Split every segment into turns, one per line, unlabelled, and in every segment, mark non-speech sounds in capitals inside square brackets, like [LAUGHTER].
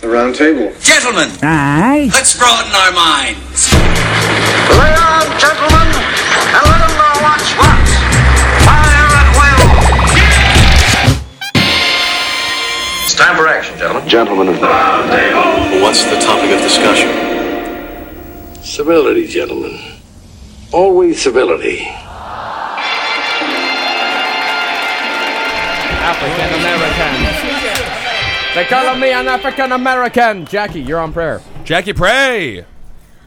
The round table.
Gentlemen,
Aye.
let's broaden our minds.
Lay on, gentlemen, and let 'em know what's what. Fire at will. It's time for action, gentlemen.
Gentlemen of What's the topic of discussion?
Civility, gentlemen. Always civility.
African American. They call me an African American. Jackie, you're on prayer.
Jackie Prey.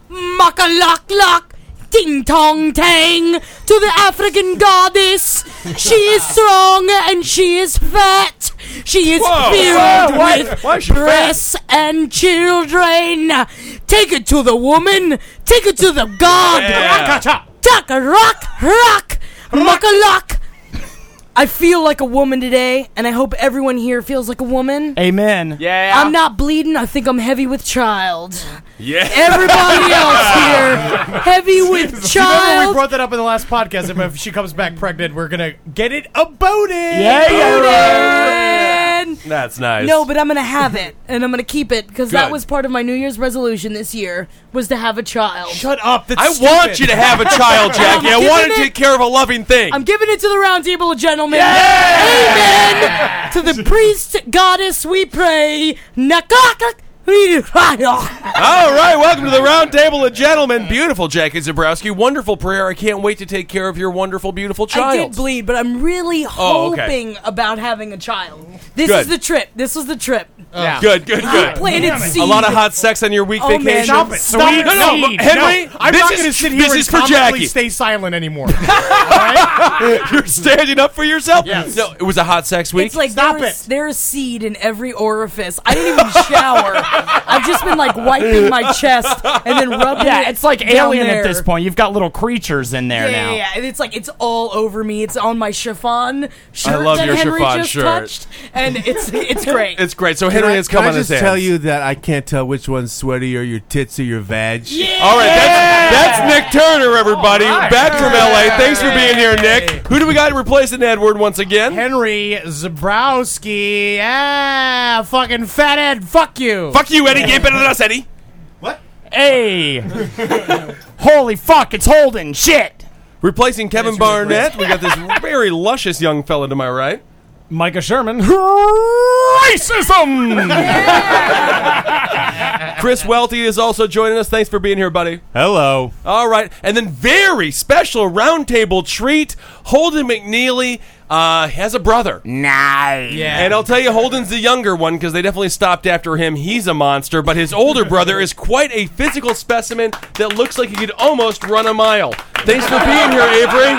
Maka lock lock, ting tong tang to the African goddess. She is strong and she is fat. She is
Whoa.
filled
Whoa, why-
with
why is she fat?
breasts and children. Take it to the woman. Take it to the god. Tuck a rock, rock, muck a lock. I feel like a woman today, and I hope everyone here feels like a woman.
Amen.
Yeah.
I'm not bleeding. I think I'm heavy with child.
Yeah.
Everybody
[LAUGHS]
else here, heavy with
Remember we
child.
brought that up in the last podcast. If- If she comes back pregnant, we're gonna get it about it.
Yeah, yeah,
And-
That's nice.
No, but I'm gonna have it, and I'm gonna keep it because that
Good.
was part of my New Year's resolution this year was to have a child.
Shut up. That's
I
stupid.
want you to have a child, Jackie. I
I'm
want to
giving it-
take care of a loving thing.
I'm giving it to the round table, gentlemen. Amen. to the priest goddess we pray. Nakaka.
All right, welcome to the round table of gentlemen. Beautiful Jackie Zabrowski. Wonderful prayer. I can't wait to take care of your wonderful, beautiful
I
child.
did bleed, but I'm really
Oh, okay.
hoping about having a child. This
Good.
is the trip. This was the trip.
Uh,
yeah.
Good, good,
I
good.
planted seeds.
A lot of hot sex on your week
Oh, man,
vacation.
stop
[LAUGHS]
it.
Stop it. No, no,
Sweet
Henry.
No, I'm
this
not
is,
gonna sit here
This
and
is for
comically
Jackie.
stay silent
[LAUGHS]
anymore.
You're standing up for yourself.
Yes.
No, it was a hot sex week.
It's like
Stop
there is,
it.
there is seed in every orifice. I didn't even shower. I've just been like wiping my chest and then rubbing it.
Yeah, it's like
down
Alien
there.
at this point.
You've got little creatures in there
Yeah, yeah, yeah, And it's like it's all over me. It's on my chiffon shirt
love
that
your
Henry
chiffon
just
shirt.
touched, and it's it's great.
[LAUGHS] it's great. So Henry has come
Can
on
I
his
just
hands.
tell you that I can't tell which one's sweaty or your tits or your vag.
All right, that's, that's Nick Turner, everybody, back from LA. Thanks for being here, Nick. Who do we got replacing Edward once again?
Henry Zabrowski. Ah, fucking fathead. Fuck you.
Fuck you, Eddie. You ain't better than us, Eddie.
Hey.
[LAUGHS]
Holy fuck, it's holding shit.
Replacing Kevin Barnett, we got this [LAUGHS] very luscious young fella to my right.
Micah Sherman. [LAUGHS] Racism.
Chris Welty is also joining us. Thanks for being here, buddy.
Hello.
All right, and then very special roundtable treat. Holden McNeely uh, has a brother,
Nice.
yeah.
and I'll tell you, Holden's the younger one because they definitely stopped after him. He's a monster, but his [LAUGHS] older brother is quite a physical specimen that looks like he could almost run a mile. Thanks for being here, Avery.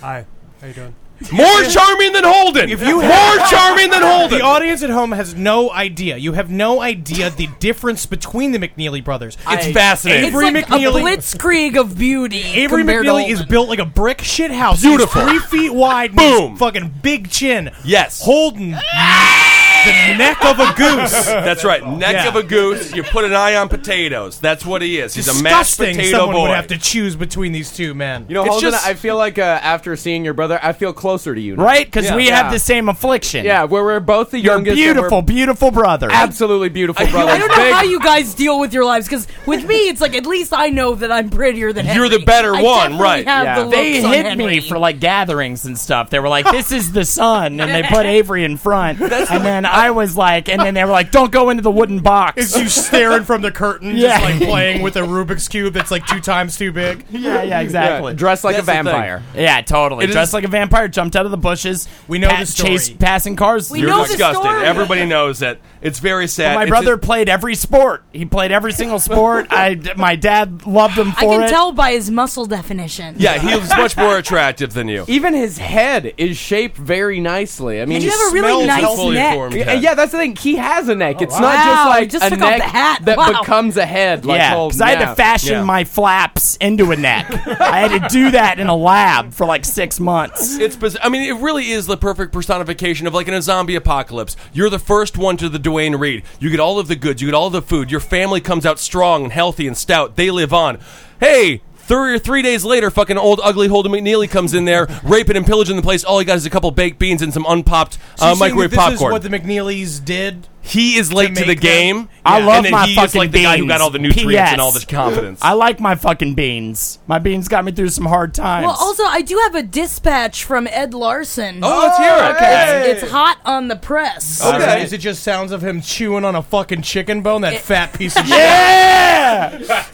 Hi. How you doing?
More charming than Holden. If you more charming than
The
Holden.
audience at home has no idea. You have no idea
[LAUGHS]
the difference between the McNeely brothers.
It's fascinating.
It's
Avery
like
McNeely-
a blitzkrieg of beauty.
Avery
compared to
McNeely is
Holden.
built like a brick shit house.
Beautiful.
He's three feet wide. and he's
Boom.
Fucking big chin.
Yes. [LAUGHS]
Holding the neck of a goose.
That's right. Neck
Yeah.
of a goose. You put an eye on potatoes. That's what he is. He's a mashed
Disgusting.
potato
Someone
boy.
would have to choose between these two men.
You know,
It's
Holden,
just-
I feel like uh, after seeing your brother, I feel closer to you. now.
right? Because
Yeah.
we
Yeah.
have the same affliction.
Yeah, where we're both the
Your
youngest.
beautiful,
and
beautiful brother.
we're absolutely beautiful brothers.
I don't know
Big-
how you guys deal with your lives because with me, it's like at least I know that I'm prettier than
You're
Henry.
the better
I
one,
definitely
right.
have the
They
looks on
hit
Henry.
me for like gatherings and stuff. They were like, "This is the sun," and they put Avery in front. and then I was like, and then they were like, "Don't go into the wooden box."
It's you staring from the curtain,
Yeah.
just like playing with a Rubik's cube that's like two times too big.
[LAUGHS] yeah, yeah, exactly.
Yeah, dressed like
That's
a
the thing.
vampire.
Yeah, totally.
It
Dressed
is-
like a vampire, jumped out of the bushes.
We know the story.
Chased passing cars.
We
You're
know the
disgusted.
story.
Everybody knows it. It's very sad.
my
It's
brother
a-
played every sport. He played every single sport. I, my dad loved him
I
for
can
it.
tell by his muscle definition.
[LAUGHS]
yeah, he was much more attractive than you.
Even his head is shaped very nicely. I mean,
you have a
Smells
really nice
fully
neck.
formed
Yeah,
head.
yeah, that's the thing. He has a neck. It's not
Wow,
Oh, just
he
like
just
a
took off
neck
the hat.
that
Wow.
becomes a head. Like
yeah,
Holden.
because I had to
Yeah.
fashion
Yeah.
my flaps into a neck. I had to do that in a lab for like six months.
It's biz- I mean, it really is the perfect personification of like in a zombie apocalypse. You're the first one to the Dwayne Reed. You get all of the goods. You get all the food. Your family comes out strong and healthy and stout. They live on. Hey, Three three days later, fucking old ugly Holden McNeely comes in there, raping and pillaging the place. All he got is a couple baked beans and some unpopped
So you're
uh,
saying
microwave
that
popcorn.
This is what the McNeely's did.
he is late to,
make
the
them-
game.
I
Yeah.
love
and then
my
he is
fucking
like the guy who
beans.
got all the nutrients
P.S.
and all the confidence.
Oh,
I like my fucking beans. My beans got me through some hard times.
Well, also, I do have a dispatch from Ed Larson.
oh, let's hear it.
It's, it's hot on the press.
Okay.
Is it- Is it just sounds of him chewing on a fucking chicken bone? That fat piece
[LAUGHS]
of shit.
yeah.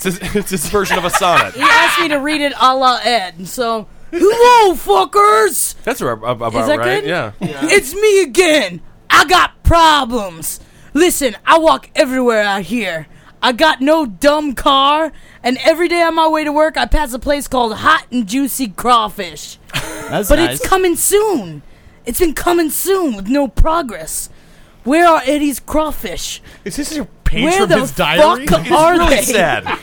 It's his, it's his version of a sonnet.
He asked me to read it a la Ed, so. Hello, fuckers!
[LAUGHS] That's ab- ab- about
that
right.
good?
Yeah.
It's me again. I got problems. Listen, I walk everywhere out here. I got no dumb car, and every day on my way to work, I pass a place called Hot and Juicy Crawfish.
That's
But
nice.
it's coming soon. It's been coming soon with no progress. Where are Eddie's crawfish?
Is this your page
Where
from
the
his diary?
fuck are they?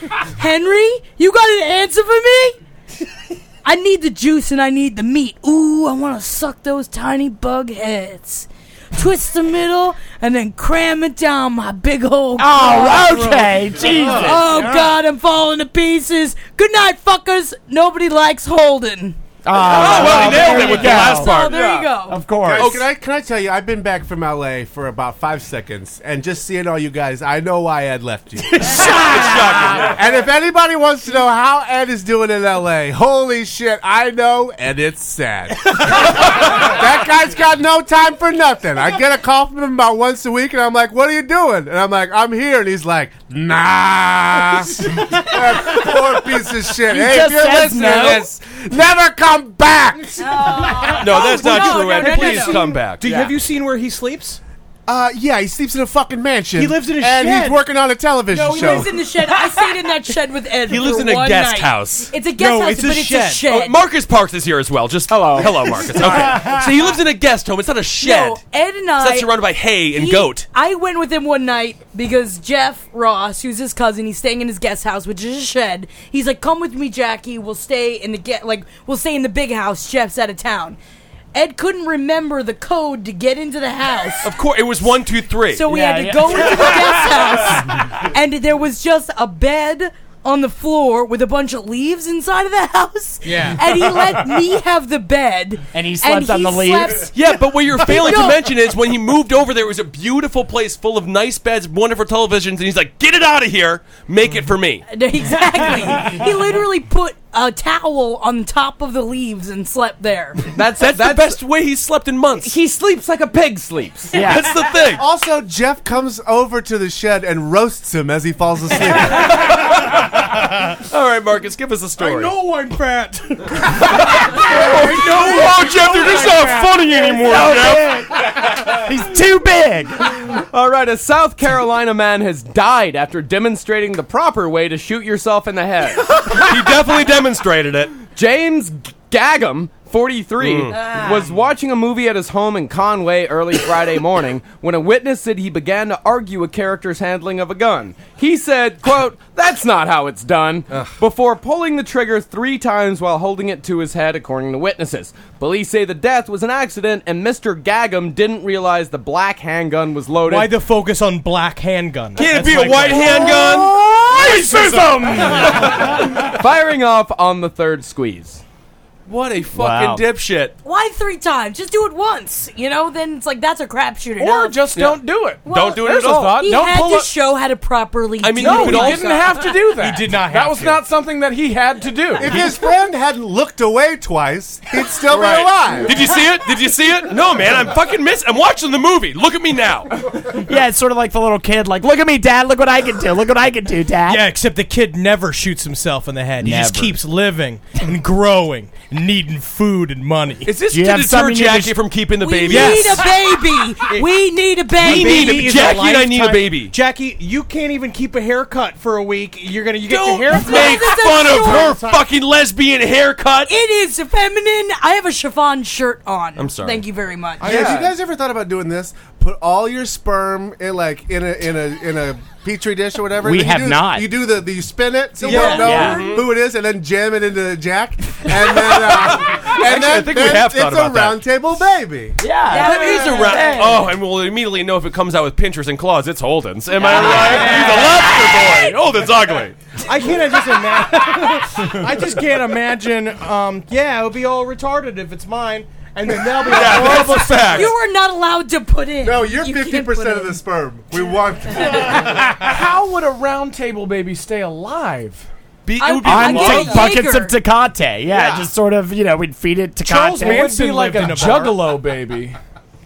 [LAUGHS] Henry, you got an answer for me? I need the juice and I need the meat. Ooh, I want to suck those tiny bug heads. Twist the middle and then cram it down my big hole.
Oh, okay. Jesus.
Oh, God, I'm falling to pieces. Good night, fuckers. Nobody likes Holden.
Oh,
well, he nailed
there
it
you
with
go.
the last
Oh,
part.
there you go.
Of course.
Guys, can I can I tell you? I've been back from LA for about five seconds, and just seeing all you guys, I know why Ed
[LAUGHS]
left you. [LAUGHS] and if anybody wants to know how Ed is doing in LA, holy shit, I know, and it's sad. [LAUGHS] that guy's got no time for nothing. I get a call from him about once a week, and I'm like, "What are you doing?" And I'm like, "I'm here," and he's like, "Nah." [LAUGHS] that poor piece of shit. hey, if
just
you're
says
listening,
no.
to this, never come back.
Oh,
No, that's not
no,
true,
no,
Ed.
no, no,
Please
no.
come back.
Do you, Have you seen where he sleeps?
Uh, yeah, he sleeps in a fucking mansion.
He lives in a
and
shed.
he's working on a television
No, he
show.
lives in the shed. I stayed in
[LAUGHS]
that shed with Ed.
He lives
for
in a
one
guest
night.
house.
It's a guest
No,
house,
it's a
but
shed.
it's a shed.
Oh, Marcus Parks is here as well. Just
Hello.
hello, Marcus.
[LAUGHS]
Okay, so he lives in a guest home. It's not a shed.
No, Ed and
it's
I.
not surrounded by hay and
he-
goat.
I went with him one night because Jeff Ross, who's his cousin, he's staying in his guest house, which is a shed. He's like, "Come with me, Jackie. We'll stay in the get like we'll stay in the big house. Jeff's out of town." Ed couldn't remember the code to get into the house.
Of course, it was one, two, three.
So we
Yeah,
had to
yeah.
go into the guest house, and there was just a bed on the floor with a bunch of leaves inside of the house.
Yeah.
and he let me have the bed,
And he slept on the
slept-
leaves?
yeah, but what
[LAUGHS]
you're failing to
No.
mention is when he moved over there, it was a beautiful place full of nice beds, wonderful televisions, and he's like, "Get it out of here, make it for me."
[LAUGHS] Exactly. he literally put a towel on top of the leaves and slept there.
That's
That's, the best way he slept in
[LAUGHS]
months.
He sleeps like a pig sleeps.
yeah.
That's the thing.
also, Jeff comes over to the shed and roasts him as he falls asleep.
All right, Marcus, give us a story.
I'm
[LAUGHS]
fat.
Oh, Jeff, they're just not funny anymore, Jeff.
He's too big.
All right, a South Carolina man has died after demonstrating the proper way to shoot yourself in the head. [LAUGHS]
He definitely demonstrated it.
James Gagum, 43,
Ah.
was watching a movie at his home in Conway [COUGHS] early Friday morning when a witness said he began to argue a character's handling of a gun. He said, quote, that's not how it's done, before pulling the trigger three times while holding it to his head, according to witnesses. Police say the death was an accident and Mr. Gagum didn't realize the black handgun was loaded.
Why the focus on black handgun?
Can't it
That's
be
my
a white
question.
handgun? Racism!
firing off on the third squeeze.
What a fucking
Wow.
dipshit.
Why three times? Just do it once. You know, then it's like that's a crapshooter.
Or
No.
just don't do it.
Don't do it
There's
at
a
all.
thought.
he
Don't
had
pull
to
up.
show how to properly.
I mean,
do
you
No,
could
he
also-
didn't have to do that.
He did not
That
have
was
to.
not something that he had to do.
if his friend hadn't looked away twice, he'd still
Right.
be alive.
Did you see it? Did you see it? No, man. I'm fucking miss. I'm watching the movie. Look at me now.
Yeah, it's sort of like the little kid, like, look at me, Dad. Look what I can do. Look what I can do, Dad.
Yeah, except the kid never shoots himself in the head. He just
Never.
keeps living and growing, and needing food and money.
Is this
Do you
to
have
deter
something you
Jackie
just-
from keeping the
we
baby?
need a baby. we need a baby.
We need a
is
Jackie. and I need a
lifetime-
baby.
Jackie, you can't even keep a haircut for a week. You're gonna you get
Don't
your haircut.
make
This is a
fun of her
short-
fucking lesbian haircut.
It is feminine. I have a chiffon shirt on. I'm
sorry.
Thank you very much.
Yeah, Have you guys ever thought about doing this? Put all your sperm in like in a in a in a petri dish or whatever.
We
You
have
do-
not.
You do the, the you spin it so you
Yeah.
don't know
Yeah.
who it is, and then uh, jam it into Jack, and then
and
Actually, I
then,
think we
then
have thought
it's
about
a
that.
round table baby.
Yeah.
That is a round. Oh, and we'll immediately know if it comes out with pinchers and claws. It's Holden's. Am I right? He's a lobster boy. Holden's ugly.
I can't just imagine. [LAUGHS] I just can't imagine. Um, yeah, it would be all retarded if it's mine, and then that'll be "Oh, a horrible fact.
You are not allowed to put in.
No, you're
You can't
fifty percent
put
of
in.
the sperm. We
[LAUGHS]
want.
How would a round table baby stay alive?
Be,
I-
it would be
I
On
love
love.
it.
t- buckets of
Jaeger.
Tecate. Yeah, just sort of, you know, we'd feed it Tecate.
Charles Manson
Manson
like
lived
a,
in a bar.
juggalo baby.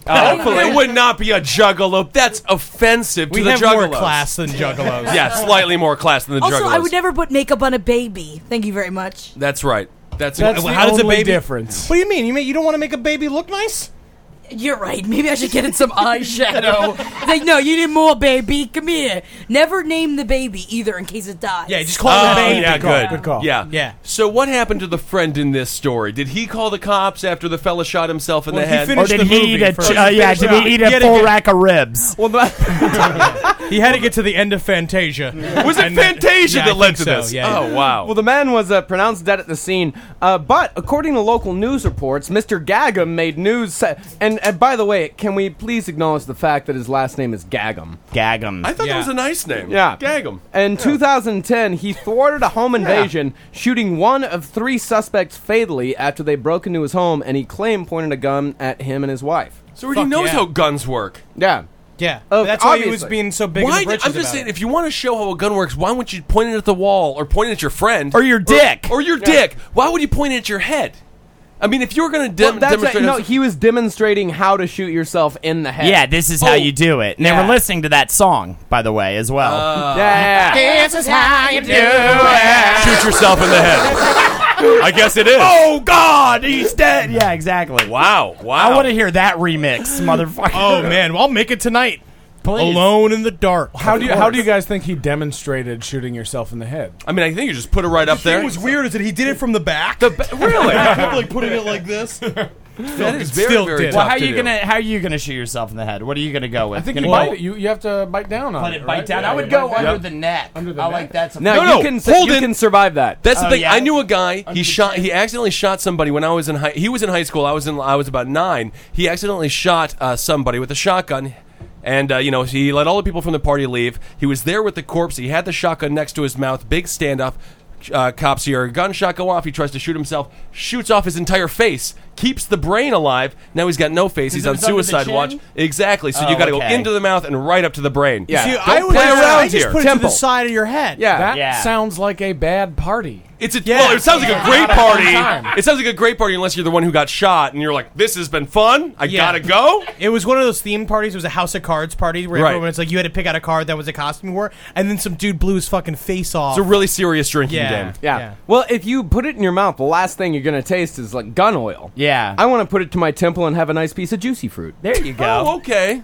It would not be a juggalo. That's offensive to
we
the
have more
juggalos.
class than juggalos.
Yeah, slightly more class than the
Also,
juggalos.
I would never put makeup on a baby. Thank you very much.
That's right. That's,
That's
how
the
does a
only
baby?
difference.
What do you mean? You mean you don't want to make a baby look nice?
You're right. Maybe I should get in
[LAUGHS]
some eyeshadow. It's like, no, you need more, baby. Come here. Never name the baby either in case it dies.
Yeah, just call
Oh,
it a baby.
yeah,
call.
good.
Good call.
Yeah.
Yeah.
So what happened to the friend in this story? Did he call the cops after the fella shot himself in
Well,
the
he
head?
Or
finished-
did
the
he eat
movie
a,
first.
ch- uh, yeah, did he eat
Yeah,
a
to
full
get-
rack of ribs?
Well, he had to get to the end of Fantasia.
was it
And then-
Fantasia
yeah, I
that led
think
to
so,
this?
yeah.
oh
[LAUGHS]
wow.
Well, the man was uh, pronounced dead at the scene, uh, but according to local news reports, Mr. Gagum made news. sa- and, and by the way, can we please acknowledge the fact that his last name is Gagum?
Gag him.
I thought
Yeah.
that was a nice name.
Yeah.
Gag him.
In 2010, he thwarted a home invasion, shooting one of three suspects fatally after they broke into his home, and he claimed pointed a gun at him and his wife.
So he knows
yeah.
how guns work.
Yeah.
Yeah,
Oh,
that's why he was
obviously.
being so big.
Why?
in the
I'm
britches
just
about [LAUGHS]
saying,
it.
if you want to show how a gun works, why wouldn't you point it at the wall or point it at your friend
Or your dick.
or your dick? Why would you point it at your head? I mean, if you were going to
Well,
dem-
that's
demonstrate,
it. No, he was demonstrating how to shoot yourself in the head.
yeah, this is how
Oh,
you do it. And they
yeah. Oh.
were listening to that song, by the way, as well.
Yeah.
this is how you do
shoot yourself in the head. I guess it is.
Oh, God, he's dead. Yeah, exactly.
Wow! Wow!
I want to hear that remix, motherfucker.
oh man, well, I'll make it tonight.
Please.
Alone in the dark.
How do you how do you guys think he demonstrated shooting yourself in the head?
I mean, I think you just put it right up there.
What was weird is that he did it from the back. [LAUGHS]
really?
like putting it like this.
that is very,
Still
very
did.
tough
Well, how are
to
you
do.
gonna how are you gonna shoot yourself in the head? What are you gonna go with?
I think
You're
you
gonna
bite
go-
you, you have to bite down on
let
it.
it
right?
bite down.
Yeah,
I would
you
go
bite down.
under
Yep.
the neck.
Under the
I
neck?
like that's a
No,
No,
you
no,
can
hold
you
it.
can survive that.
That's the
Oh,
thing.
yeah?
I knew a guy. He shot.
chin.
He accidentally shot somebody when I was in high. He was in high school. I was in. I was about nine. He accidentally shot uh, somebody with a shotgun, and uh, you know he let all the people from the party leave. He was there with the corpse. He had the shotgun next to his mouth. Big standoff. Uh, cops hear a gunshot go off. He tries to shoot himself. Shoots off his entire face. Keeps the brain alive. Now he's got no face. He's
it
on
was under the
suicide
chin?
watch. Exactly. So you
Oh,
got to go
okay.
into the mouth and right up to the brain.
Yeah.
See,
Don't
I would
play
just-
around
I just
here.
put it to
Temple.
the side of your head.
Yeah.
That
Yeah.
sounds like a bad party.
It's a, well, it sounds like a great
Time.
party. It sounds like a great party unless you're the one who got shot and you're like, this has been fun. I
Yeah.
gotta go.
It was one of those theme parties. It was a House of Cards party where
Right.
everyone was like, you had to pick out a card that was a costume war, and then some dude blew his fucking face off.
It's a really serious drinking
Yeah.
game.
Yeah.
Yeah.
Well, if you put it in your mouth, the last thing you're gonna taste is like gun oil.
Yeah.
I want to put it to my temple and have a nice piece of juicy fruit.
there you go.
Oh, okay.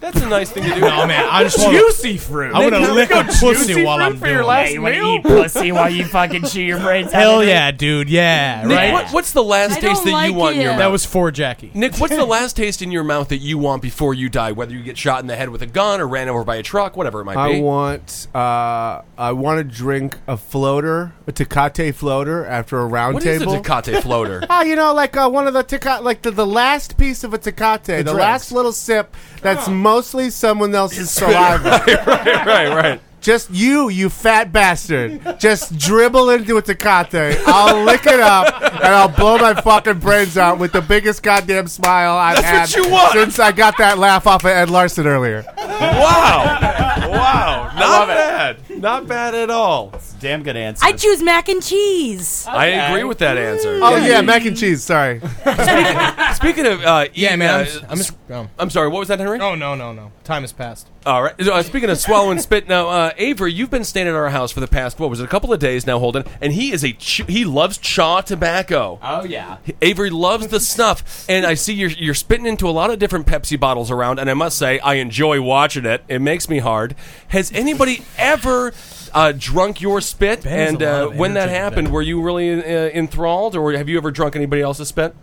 That's a
[LAUGHS]
nice thing to do.
oh man, I just want
Juicy fruit.
I want to lick a pussy
juicy
while
fruit
I'm
for your
doing it.
last
Yeah, you want to
meal?
eat pussy while you fucking shoot your brains out?
Hell
of it?
yeah, dude. Yeah,
Nick,
right.
what, what's the last
I
taste
don't
that
like
you want in
it.
your mouth?
That was for Jackie.
Nick, what's
[LAUGHS]
the last taste in your mouth that you want before you die? Whether you get shot in the head with a gun or ran over by a truck, whatever it might
I
be.
want. Uh, I want to drink a floater, a Tecate floater, after a round
what is
table.
a Tecate floater?
[LAUGHS] Ah, you know, like uh, one of the Tecate, like the, the last piece of a Tecate, the,
dregs.
last little sip. That's mostly someone else's saliva.
[LAUGHS] right, right.
Just you, you fat bastard. Just dribble into a Tecate. I'll lick it up and I'll blow my fucking brains out with the biggest goddamn smile I've
That's
had
what you want.
since I got that laugh off of Ed Larson earlier.
Wow. Wow. Not bad. Not bad at all.
Damn good answer.
I choose mac and cheese.
I agree with that answer.
Oh yeah, mac and cheese. Sorry.
Speaking of, uh,
Yeah,
eat-
man.
uh,
I'm, just- I'm just. Oh.
I'm sorry. What was that, Henry?
Oh, no, no, no. Time has passed.
All right. Uh, speaking of swallow
[LAUGHS]
and spit, now uh, Avery, you've been staying at our house for the past what was it, a couple of days now, Holden, and he is a ch- he loves chaw tobacco.
oh yeah.
Avery loves the snuff, and I see you're you're spitting into a lot of different Pepsi bottles around, and I must say I enjoy watching it. It makes me hard. Has anybody ever? Uh, drunk your spit,
has
and
a lot
uh,
of
when that
energy,
happened,
Ben.
were you really uh, enthralled, or have you ever drunk anybody else's spit?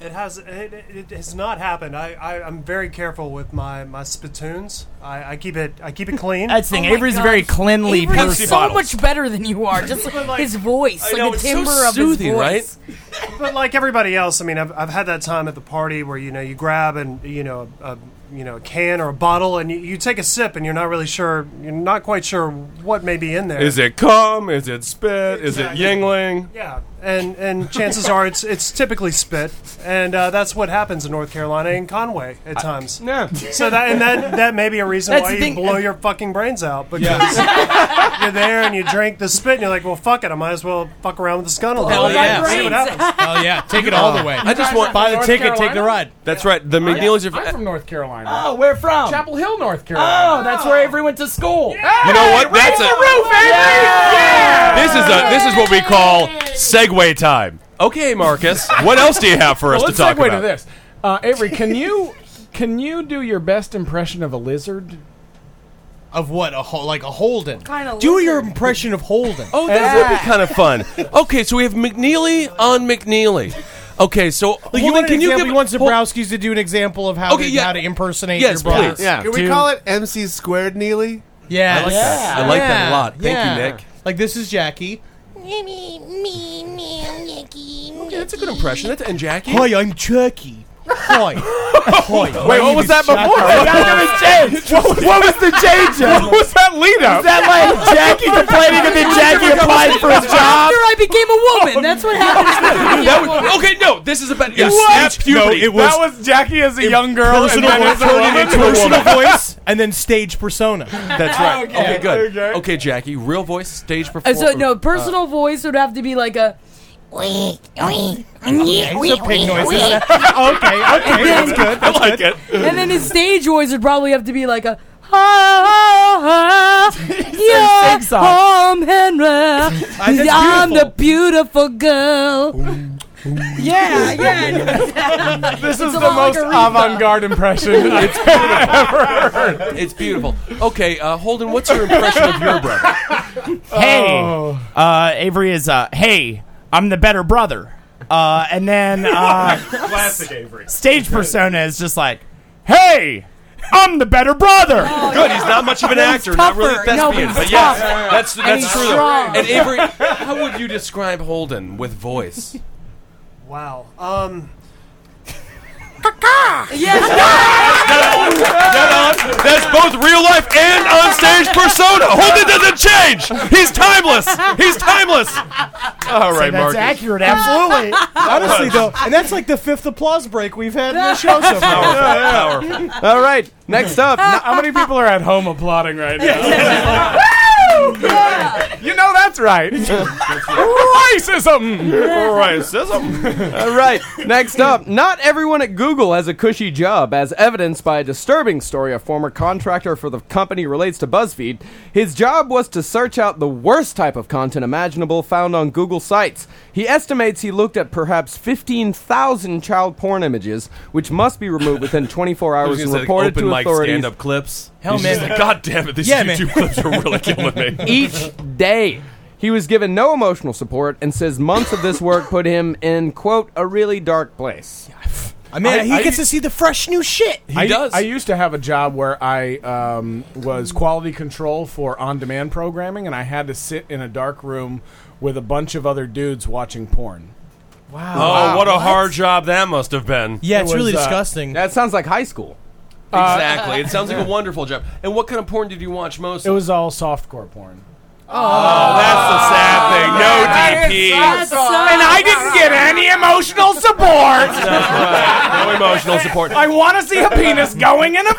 It has it, it has not happened. I, I I'm very careful with my my spittoons. I, I keep it I keep it clean.
That's
Oh
the thing. Avery's a very cleanly
Avery's
person.
so Bottles.
much better than you are. Just like his voice,
I
like
know,
the
it's so
timbre of
soothing,
his voice.
right? but like everybody else, I mean, I've, I've had that time at the party where you know you grab and you know a you know a can or a bottle and you, you take a sip and you're not really sure, you're not quite sure what may be in there.
Is it cum? Is it spit? Is it Yingling?
Yeah, and and chances are it's it's typically spit, and uh, that's what happens in North Carolina and Conway at times.
yeah.
So that and that that may be a reason
That's
why
the
you
thing,
blow
and-
your fucking brains out because [LAUGHS] you're there and you drink the spit and you're like, well, fuck it, I might as well fuck around with this gun a
Oh,
Hell
little bit.
yeah.
See what happens.
Hell [LAUGHS]
yeah.
Take it all the way.
I just
You
want
guys are from North Carolina?
That's right. The McNeilys are.
I'm from North Carolina.
Oh, where from?
Chapel Hill, North
Oh,
Carolina.
that's where Avery went to school.
You know what? That's a.
Yeah!
This is a. This is what we call segue time. Okay, Marcus. [LAUGHS] what else do you have for us
Well,
to talk
let's segue
about?
to this. Uh, Avery, can you can you do your best impression of a lizard?
Of what? A ho- like a Holden.
Kind of.
Do your impression of Holden.
Oh, that would be kind of fun. Okay, so we have McNeely on McNeely. Okay, so
Like you
Holden,
want
can you give
you want
hold-
Zabrowski's to do an example of how
Okay,
to,
yeah.
how to impersonate
Yes,
your brother?
please. Yeah.
Can we call it MC squared Neely?
Yes.
I like that. I like that a lot. Thank you, Nick.
Like this is Jackie.
Okay, that's a good impression. That's, and Jackie.
Hi, I'm Jackie. Hi. Hi. [LAUGHS]
Wait, what was that before?
What, was the change? What was that lead up?
that like Jackie complaining and then Jackie applied for his job?
After I became a woman, that's
[LAUGHS]
what happens.
That was, okay, no, this is about
It was
yeah,
stage
snap puberty.
No, it was-
that was Jackie as a young
girl personal
and then as a
turning
woman.
into [LAUGHS] a personal voice and then stage persona. [LAUGHS]
That's right. Okay, good. Okay. Jackie, real voice, stage
Oh.
Uh,
performance.
so no, personal voice would have to be like a. Okay,
It's a pig noise. isn't it?
[LAUGHS]
okay, okay, that's good. That's
I like it.
And then his stage voice would probably have to be like a. Ha ha ha! Yeah, I'm Henry.
that's
I'm the beautiful girl. Yeah, yeah.
This
It's
is the
a lot like
most
Aretha.
avant-garde impression
[LAUGHS]
I've ever heard.
It's beautiful. Okay, uh, Holden, what's your impression of your brother?
Hey,
Oh.
uh, Avery is. Uh, hey, I'm the better brother. Uh, and then
[LAUGHS]
uh,
Classic Avery.
stage persona is just like, hey, I'm the better brother.
Good. He's not much of an actor, not really a
tougher. No, but
thespian,
he's
but yes,
tough.
that's
And
that's
he's
true.
strong.
And Avery, how would you describe Holden with voice?
Wow. Um.
[LAUGHS] That's both real life and on stage persona. Holden doesn't change. He's timeless. He's timeless. All
So
right,
that's
Marcus.
accurate, absolutely. Honestly, though, and that's like the fifth applause break we've had in the show so far.
Powerful,
All right, next up.
How many people are at home applauding right now? You know that's right. Racism.
Racism.
All right, next up. Not everyone at Google has a cushy job, as evidenced by a disturbing story a former contractor for the company relates to BuzzFeed. His job was to search out the worst type of content imaginable found on Google sites. He estimates he looked at perhaps 15,000 child porn images, which must be removed
[LAUGHS]
within 24
I
hours
was gonna
and
say, like,
reported
open
to
mic
authorities.
stand up clips.
Hell,
He's
man.
just like, God damn it, these
Yeah, man.
YouTube
[LAUGHS]
clips are really killing me.
[LAUGHS] each day. He was given no emotional support and says months of this work put him in, quote, a really dark place.
I mean, he gets
to
see the fresh new shit.
I, I used to have a job where I um, was quality control for on-demand programming, and I had to sit in a dark room with a bunch of other dudes watching porn.
Oh, what a hard job that must have been.
Yeah, it's It was, really uh, disgusting.
That sounds like high school.
Exactly. It sounds like a wonderful job. And what kind of porn did you watch most?
It was all softcore porn.
Oh, that's the sad thing. No DP.
And I didn't get any emotional support.
No emotional support.
I want to see a penis going in a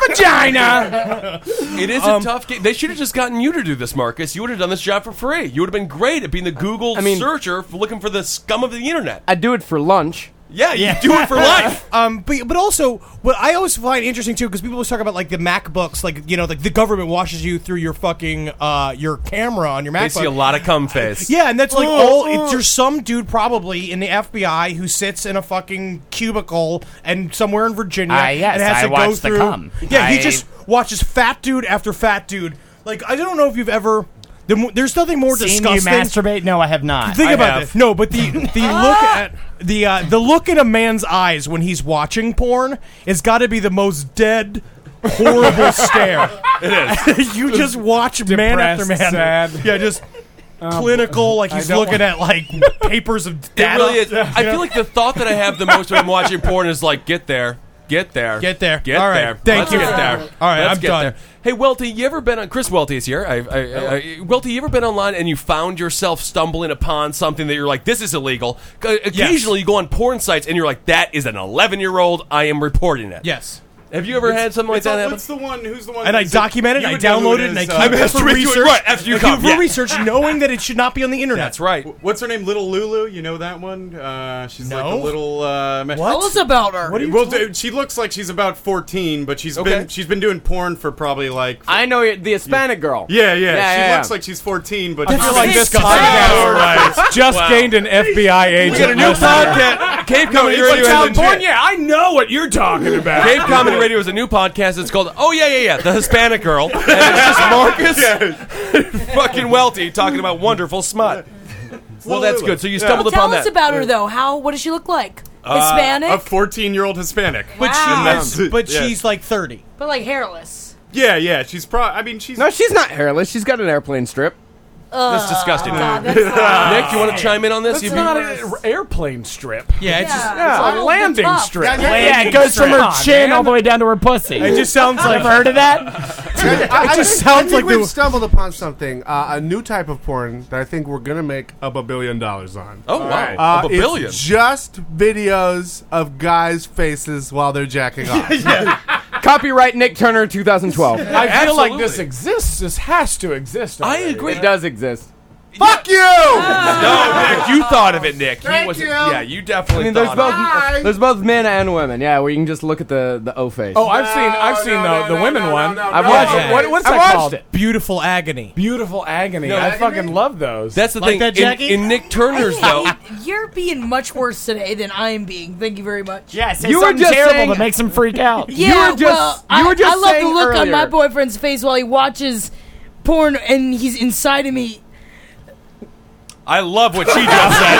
vagina.
It is a [LAUGHS] tough game. They should have just gotten you to do this, Marcus. You would have done this job for free. You would have been great at being the Google searcher for looking for the scum of the internet.
I do it for lunch.
Yeah, you do it for [LAUGHS] life.
Um, but but also what I always find interesting too, because people always talk about like the MacBooks, like you know, like the government washes you through your fucking uh your camera on your MacBook.
They see a lot of cum face.
Yeah, and that's like
Uh,
all.
uh.
It's, there's some dude probably in the FBI who sits in a fucking cubicle and somewhere in Virginia
Ah, yes,
and has
I
to go
watched the
through.
cum.
Yeah, he
I-
just watches fat dude after fat dude. Like I don't know if you've ever. The, mo- there's nothing more
Seen you
disgusting.
masturbate? No, I have not.
Think
I
about
have.
[LAUGHS] this. No, but
[LAUGHS]
the the look at the uh, the look in a man's eyes when he's watching porn has got to be the most dead, horrible [LAUGHS] stare.
It
is. you just watch man after man.
Depressed, sad.
Yeah, just clinical. Like
I
he's
don't
looking
want-
at like papers of
It
data.
really is. I feel like the thought that I have the most when I'm watching porn is like, get there, get there,
Get there.
get
All right.
there.
Thank
Let's
you.
Get there.
All right,
Let's
I'm
get
done.
there. Hey, Welty, you ever been on? Chris Welty is here. I, I, I, I, Welty, you ever been online and you found yourself stumbling upon something that you're like, this is illegal? C- Occasionally, you go on porn sites and you're like, that is an 11 year old. I am reporting it.
Yes.
Have you ever had something like that happen?
What's the one? Who's the one?
and I
that said-
documented it,
you
I
would know who
downloaded
it
it, and I
is,
keep
uh,
it for
[LAUGHS]
research.
Right after you
I keep
come,
it for
yeah.
research, knowing that it should not be on the internet.
That's right. What's her name? Little Lulu. You know that one? Uh, she's like a little. Uh, me-
Tell us about her. What are you
well, dude, she looks like she's about fourteen, but she's
Okay.
been she's been doing porn for probably like.
I know you're the Hispanic girl.
Yeah, yeah.
yeah
she
yeah.
looks like she's fourteen, but
I feel like this
podcast
just gained an FBI agent.
We got a new
last year.
podcast.
Cave
No,
Comedy
it's
Radio
like
has
child
been-
porn. Yeah, I know what you're talking about.
Cave Comedy Radio is a new podcast. It's called Oh Yeah Yeah Yeah, the Hispanic Girl. And it's just Marcus, fucking Welty, talking about wonderful smut. Well, that's good. So you stumbled
Well, tell
upon that.
us about her though. How? What does she look like? Hispanic,
Uh, a fourteen-year-old Hispanic.
But she Wow.
is- but she's like thirty.
but like hairless.
Yeah, yeah. She's probably. I mean, she's
no, she's not hairless. She's got an airplane strip.
Uh,
That's disgusting.
God, that's not-
Nick, you want to chime in on this?
That's
You've-
not an airplane strip.
Yeah,
it's just
Yeah,
a landing
top.
strip.
Yeah, yeah, it goes from her chin all the way down to her pussy.
It just
sounds
Ever
like-
heard of that.
I,
It
I
just
think-
sounds
I think
like
we've
the-
stumbled upon something, uh, a new type of porn that I think we're gonna make up a billion dollars on.
Oh, wow.
Uh,
Up a
it's
billion.
just videos of guys' faces while they're jacking off.
Copyright Nick Turner 2012.
I feel like this exists. This has to exist.
I agree. It does exist.
Fuck you!
no, Nick, you thought of it, Nick.
Thank
he wasn't,
you.
Yeah, you
I
definitely
mean, there's
thought
both
of it.
there's both men and women. Yeah, where you can just look at the the O face.
Oh, I've seen I've seen the, the women one.
I've watched it. What- what's
I've
that
watched
called?
It.
Beautiful agony.
Beautiful agony.
No,
I
agony?
fucking love those.
That's the thing. In- in, Nick
[LAUGHS]
Turner's, though,
I mean, you're being much worse today than I am being. Thank you very much.
Yes, you were just terrible that makes him freak out.
Yeah, well, I, I love the look on my boyfriend's face while he watches porn, and he's inside of me.
I love what she just said.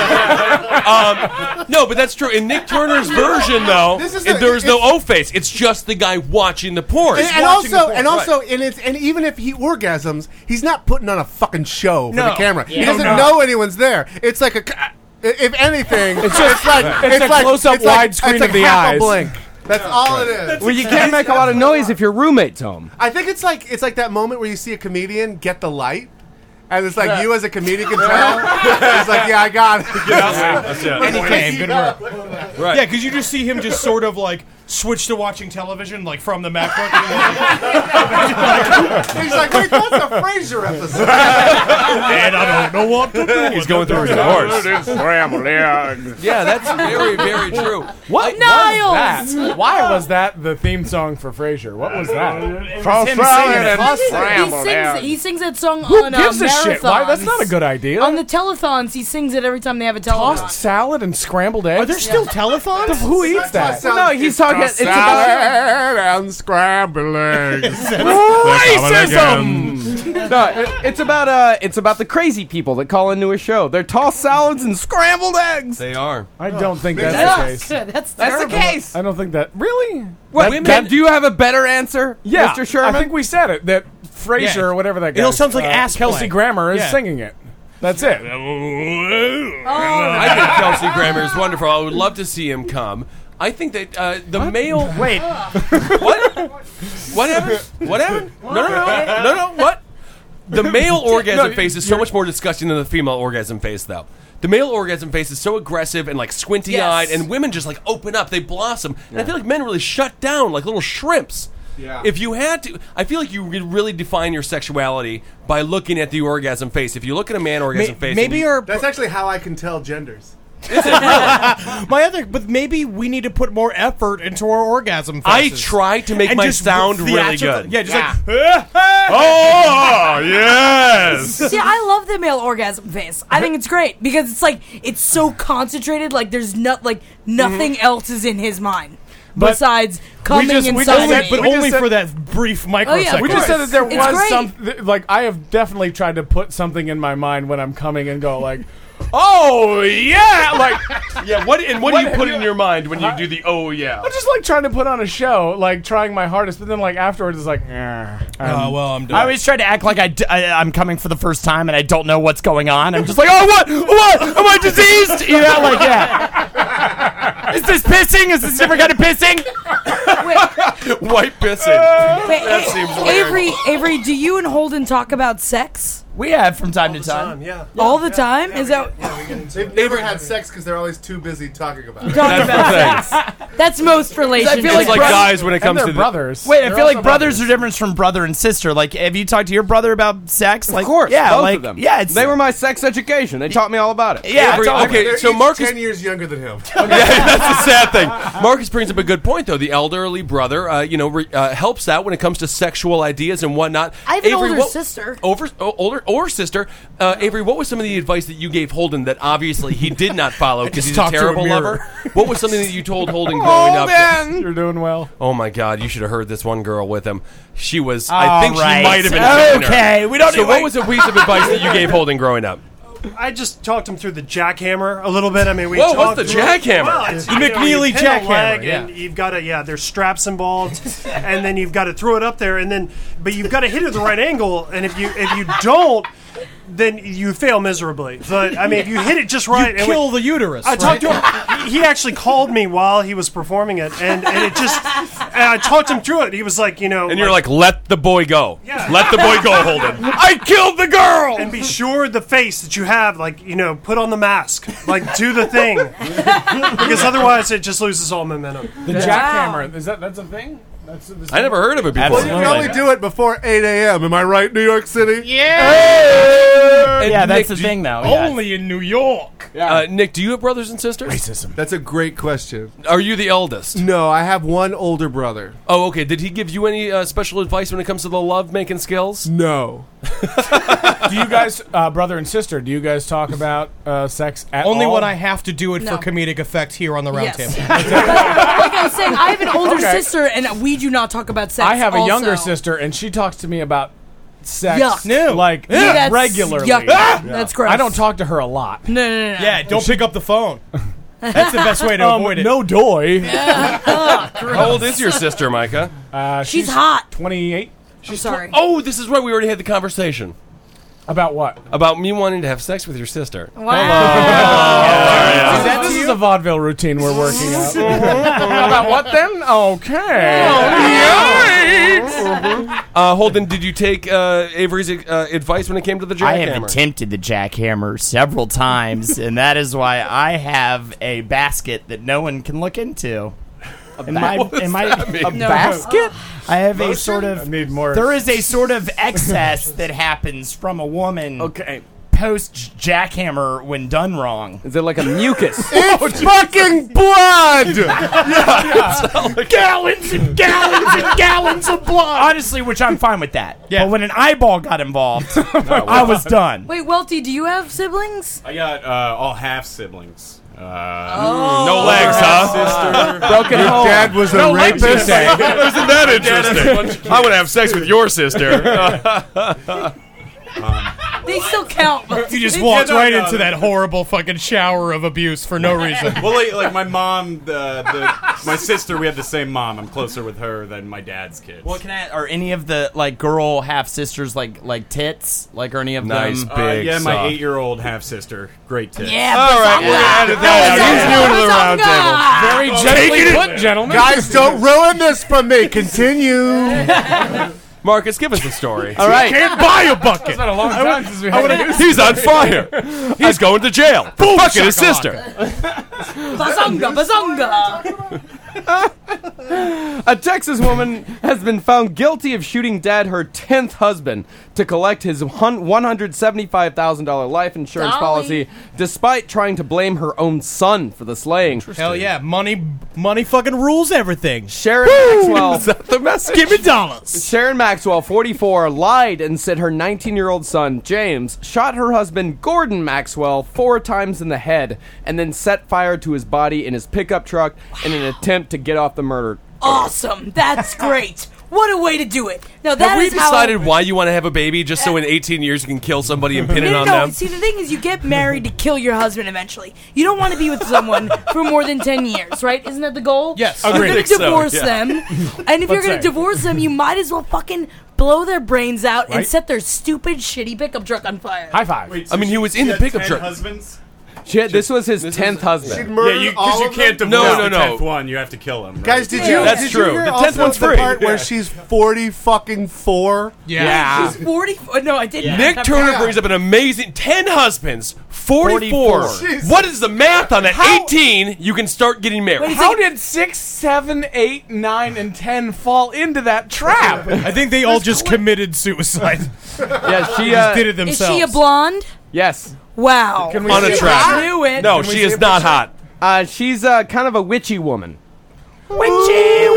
um, no, but that's true. In Nick Turner's version, though,
This is
it-
a-
there is no
it's-
O face. It's just the guy watching the porn.
And, and also, and also, and it's and even if he orgasms, he's not putting on a fucking show for
No.
the camera.
Yeah.
He doesn't
Oh,
No, no.
know anyone's there. It's like a, c- uh, if anything,
It's
it's,
just-
like
it's
it's,
a
like
close-up
it's like-
widescreen
it's like
of the
half a
eyes.
blink. That's all it is.
Well, you can't make a lot of noise if your roommate's
[LAUGHS]
home.
I think it's like it's like that moment where you see a comedian get the light. And it's like
Yeah.
you as a comedian can tell. it's like, yeah, I got it.
Get out, man. That's it.
And he came. Good work.
Right.
Yeah, because you just see him just sort of like switch to watching television, like from the MacBook.
He's like, wait, that's a Frasier episode.
and I don't know what to do. He's
going through his divorce.
yeah,
that's [LAUGHS] very, very true.
What
I-
was that? Why was that the theme song for Frasier? What was that?
Cross [LAUGHS] He sings, he sings that song
Who
on
gives
uh,
a shit? Why? That's
marathons.
not a good idea.
On the telethons, he sings it every time they have a telethon.
tossed salad and scrambled eggs. Are there
still
telethons? Who eats that?
no, he's talking. It's about [LAUGHS]
and scrambling.
racism. no, it- it's about uh, it's about the crazy people that call into a show. They're tossed salads and scrambled eggs.
They are.
I don't think
Ugh.
that's the
Ugh.
case.
That's,
That's the case.
I don't think that really.
What,
That-
women-
that-
do you have a better answer,
Yeah,
Mr. Sherman?
I think we said it that Frasier
Yeah.
or whatever that
It
guy.
all sounds like
uh,
ass
Kelsey
play.
Grammer is
Yeah.
singing it. That's it.
I think Kelsey Grammer is wonderful. I would love to see him come. I think that uh, the male.
Wait.
What happened? What happened? No, no, no, no, no. What? The male orgasm face is so much more disgusting than the female orgasm face, though. The male orgasm face is so aggressive and like squinty eyed, and women just like open up, they blossom, and I feel like men really shut down like little shrimps.
Yeah.
If you had to, I feel like you could really define your sexuality by looking at the orgasm face. If you look at a man orgasm face, and you-
That's actually how I can tell genders.
[LAUGHS] My other, but maybe we need to put more effort into our orgasm.
I
Faces.
try to make
And
my
just
sound really
theatrical-
good.
Yeah, just like [LAUGHS]
Oh, yes.
[LAUGHS] See, I love the male orgasm face. I think it's great because it's like it's so concentrated. Like there's not like nothing else is in his mind.
But
besides
we
coming
just,
and
we just
signing.
said, but only for that brief microsecond.
Oh, yeah, of
we just said that there
course. It's
was
great.
something. Like I have definitely tried to put something in my mind when I'm coming and go like, oh yeah, like
yeah. What and what, do you
have
put in your mind when you do the oh yeah?
I'm just like trying to put on a show, like trying my hardest, but then like afterwards it's like, eh,
Oh,
well, I'm
I always try to act like I d- I, am coming for the first time and I don't know what's going on. I'm just like, oh, what? What? Am I diseased? You know, like, yeah.
[LAUGHS]
Is this pissing? Is this a different kind of pissing?
White pissing.
Wait,
that
A-
seems weird.
Avery, Avery, do you and Holden talk about sex?
We have from time to time.
yeah.
All the time? Is that
They've never had sex because they're always too busy talking about it.
Talking That's about that's most relationships?
bro- Wait, I
They're
feel like
also
brothers, are different from brother and sister. Like, have you talked to your brother about sex? Like,
of course,
yeah,
both
like,
of them.
yeah, it's
they were my sex education. They taught me all about it.
Yeah,
Avery, okay, so Marcus.
ten years younger than him.
[LAUGHS] yeah, that's the sad thing. Marcus brings up a good point, though. The elderly brother, uh, you know, re- uh, helps out when it comes to sexual ideas and whatnot.
I have an
Avery,
older
what-
sister.
Over, o- older or sister, uh, Avery. What was some of the advice that you gave Holden that obviously he did not follow because
just
he's a
talked to a
terrible
mirror.
lover? What was something that you told Holden growing up? that-
you're doing well.
Oh my God! You should have heard this one girl with him. She was. I think
Alright.
she might have been. a
Okay,
minor.
we don't
So,
need-
what was a piece of advice that you gave Holden growing up?
I just talked him through the jackhammer a little bit. I mean, we
Whoa,
talked
what's the
through-
jackhammer?
Well, it's-
The
you know, you
McNeely
pin a
jackhammer,
leg
yeah.
And you've got to, yeah, there's straps involved, and then you've got to throw it up there, and then, but you've got to hit it at the right angle, and if you if you don't, then you fail miserably. But I mean, if you hit it just right, and
kill
we-
the uterus,
I talked
right?
to him. He he actually called me while he was performing it, and, and it just, and I talked him through it. He was like, you know,
And you're like, let the boy go. Let the boy go, Holden.
I
killed the girl!
And be sure the face that you have, like, you know, put on the mask. Like, do the thing. because otherwise it just loses all momentum.
The jackhammer is that that's a thing? That's, that's
[LAUGHS] I never heard of it before.
Well, you can only do it before 8 a.m. Am I right, New York City?
Yeah.
Yeah, that's
the
thing, though, yeah.
Only in New York.
Uh, Nick, do you have brothers and sisters? Racism.
That's a great question.
Are you the eldest?
No, I have one older brother.
Oh, okay. Did he give you any uh, special advice when it comes to the love making skills?
No.
[LAUGHS] do you guys, uh, brother and sister, do you guys talk about uh, sex at
Only
all?
when I have to do it
No.
for comedic effect here on the round
[LAUGHS]
table.
like I was saying, I have an older
Okay.
sister, and we do not talk about sex.
I have a
also.
younger sister, and she talks to me about sex
Yuck.
New. like
Yeah, that's
regularly.
yuck. Ah! That's gross.
I don't talk to her a lot.
No, no, no. no.
Yeah, don't pick up the phone. That's the best way to
Um,
avoid it.
No doy.
[LAUGHS] How old is your sister, Micah?
Uh,
She's hot.
Twenty-eight.
I'm sorry.
[LAUGHS] Oh, this is right. We already had the conversation
About what?
about me wanting to have sex with your sister.
Is that- this is a vaudeville routine we're working out.
[LAUGHS]
about what then? Okay.
Uh, Holden, did you take uh, Avery's uh, advice when it came to the jackhammer?
I have attempted the jackhammer several times, and that is why I have a basket that no one can look into. Am I,
What does
am I
that mean?
a
No.
basket? I have a
Motion?
sort of.
I need more.
There [LAUGHS] is a sort of excess that happens from a woman. Okay. Post jackhammer when done wrong.
Is it like a mucus?
It's fucking
[LAUGHS]
blood!
gallons and gallons and gallons of blood. Honestly, which I'm fine with that. But when an eyeball got involved, I was done.
Wait, Welty, do you have siblings?
I got uh, all half siblings. Uh,
No legs, huh?
Sister.
Broken
Your dad was a rapist.
Isn't that interesting? I would have sex with your sister.
They still count. Welty.
You
[LAUGHS]
just
They
walked
still
right
count.
into that horrible fucking shower of abuse for no reason.
[LAUGHS] well, like, like my mom, the, the my sister, we had the same mom. I'm closer with her than my dad's kids.
What can I? Are any of the like girl half sisters like like tits? Like are any of
Nice
them?
Uh, yeah, my eight-year-old half sister, great tip.
Yeah,
all right,
Bazanga.
we're out of that.
Bazanga.
He's new to the round table. Very gently put, gentlemen.
Guys, don't ruin this for me. Continue.
Marcus, give us the story.
All right.
Can't buy a bucket.
a long time since we
I
had [LAUGHS]
would've-
it.
He's on fire. He's going to jail. Fucking his sister.
Bazanga, bazanga.
A Texas woman has been found guilty of shooting dead her 10th husband to collect his hun- $175,000 life insurance
Dolly.
policy despite trying to blame her own son for the slaying.
Hell yeah, money, money fucking rules
[LAUGHS]
everything.
Sharon Maxwell.
Is that the message?
Give me dollars.
Sharon Maxwell, 44, lied and said her 19 year old son, James, shot her husband, Gordon Maxwell, four times in the head and then set fire to his body in his pickup truck in an attempt to get off the murder.
Awesome. That's great. What a way to do it. Now that
Have we
is how-
decided why you want to have a baby just so in 18 years you can kill somebody and pin
no,
it
no,
on
no.
them?
See, the thing is, you get married to kill your husband eventually. You don't want to be with
[LAUGHS]
someone for more than ten years, right? Isn't that the goal?
Yes.
you're
Agreed. I
gonna
think so,
divorce
yeah.
them, and if you're
[LAUGHS] Let's
gonna
say.
divorce them, you might as well fucking blow their brains out and
Right.
set their stupid, shitty pickup truck on fire.
High five.
I mean, he was in the pickup truck.
Husbands?
She had, this was his 10th husband.
Yeah, you, 'cause you can't divorce
No, no,
the
no.
tenth one. You have to kill him.
Guys, did you?
That's
did
true.
You hear
The
also
tenth one's
the
free.
Part
Yeah.
where she's forty fucking four.
Yeah.
She's forty. oh, No, I didn't.
Nick Turner brings up an amazing 10 husbands, 44.
44. Jesus.
What is the math on that? 18, you can start getting married.
How did six, seven, eight, nine, and ten fall into that trap?
[LAUGHS]
I think they all just committed suicide.
yeah, she
Just
uh,
did it
Is she a blonde?
Yes.
Wow.
Can we On a see a track. picture?
I knew
Oh,
it.
No, she is not hot. Uh, she's uh, kind of a witchy woman.
Witchy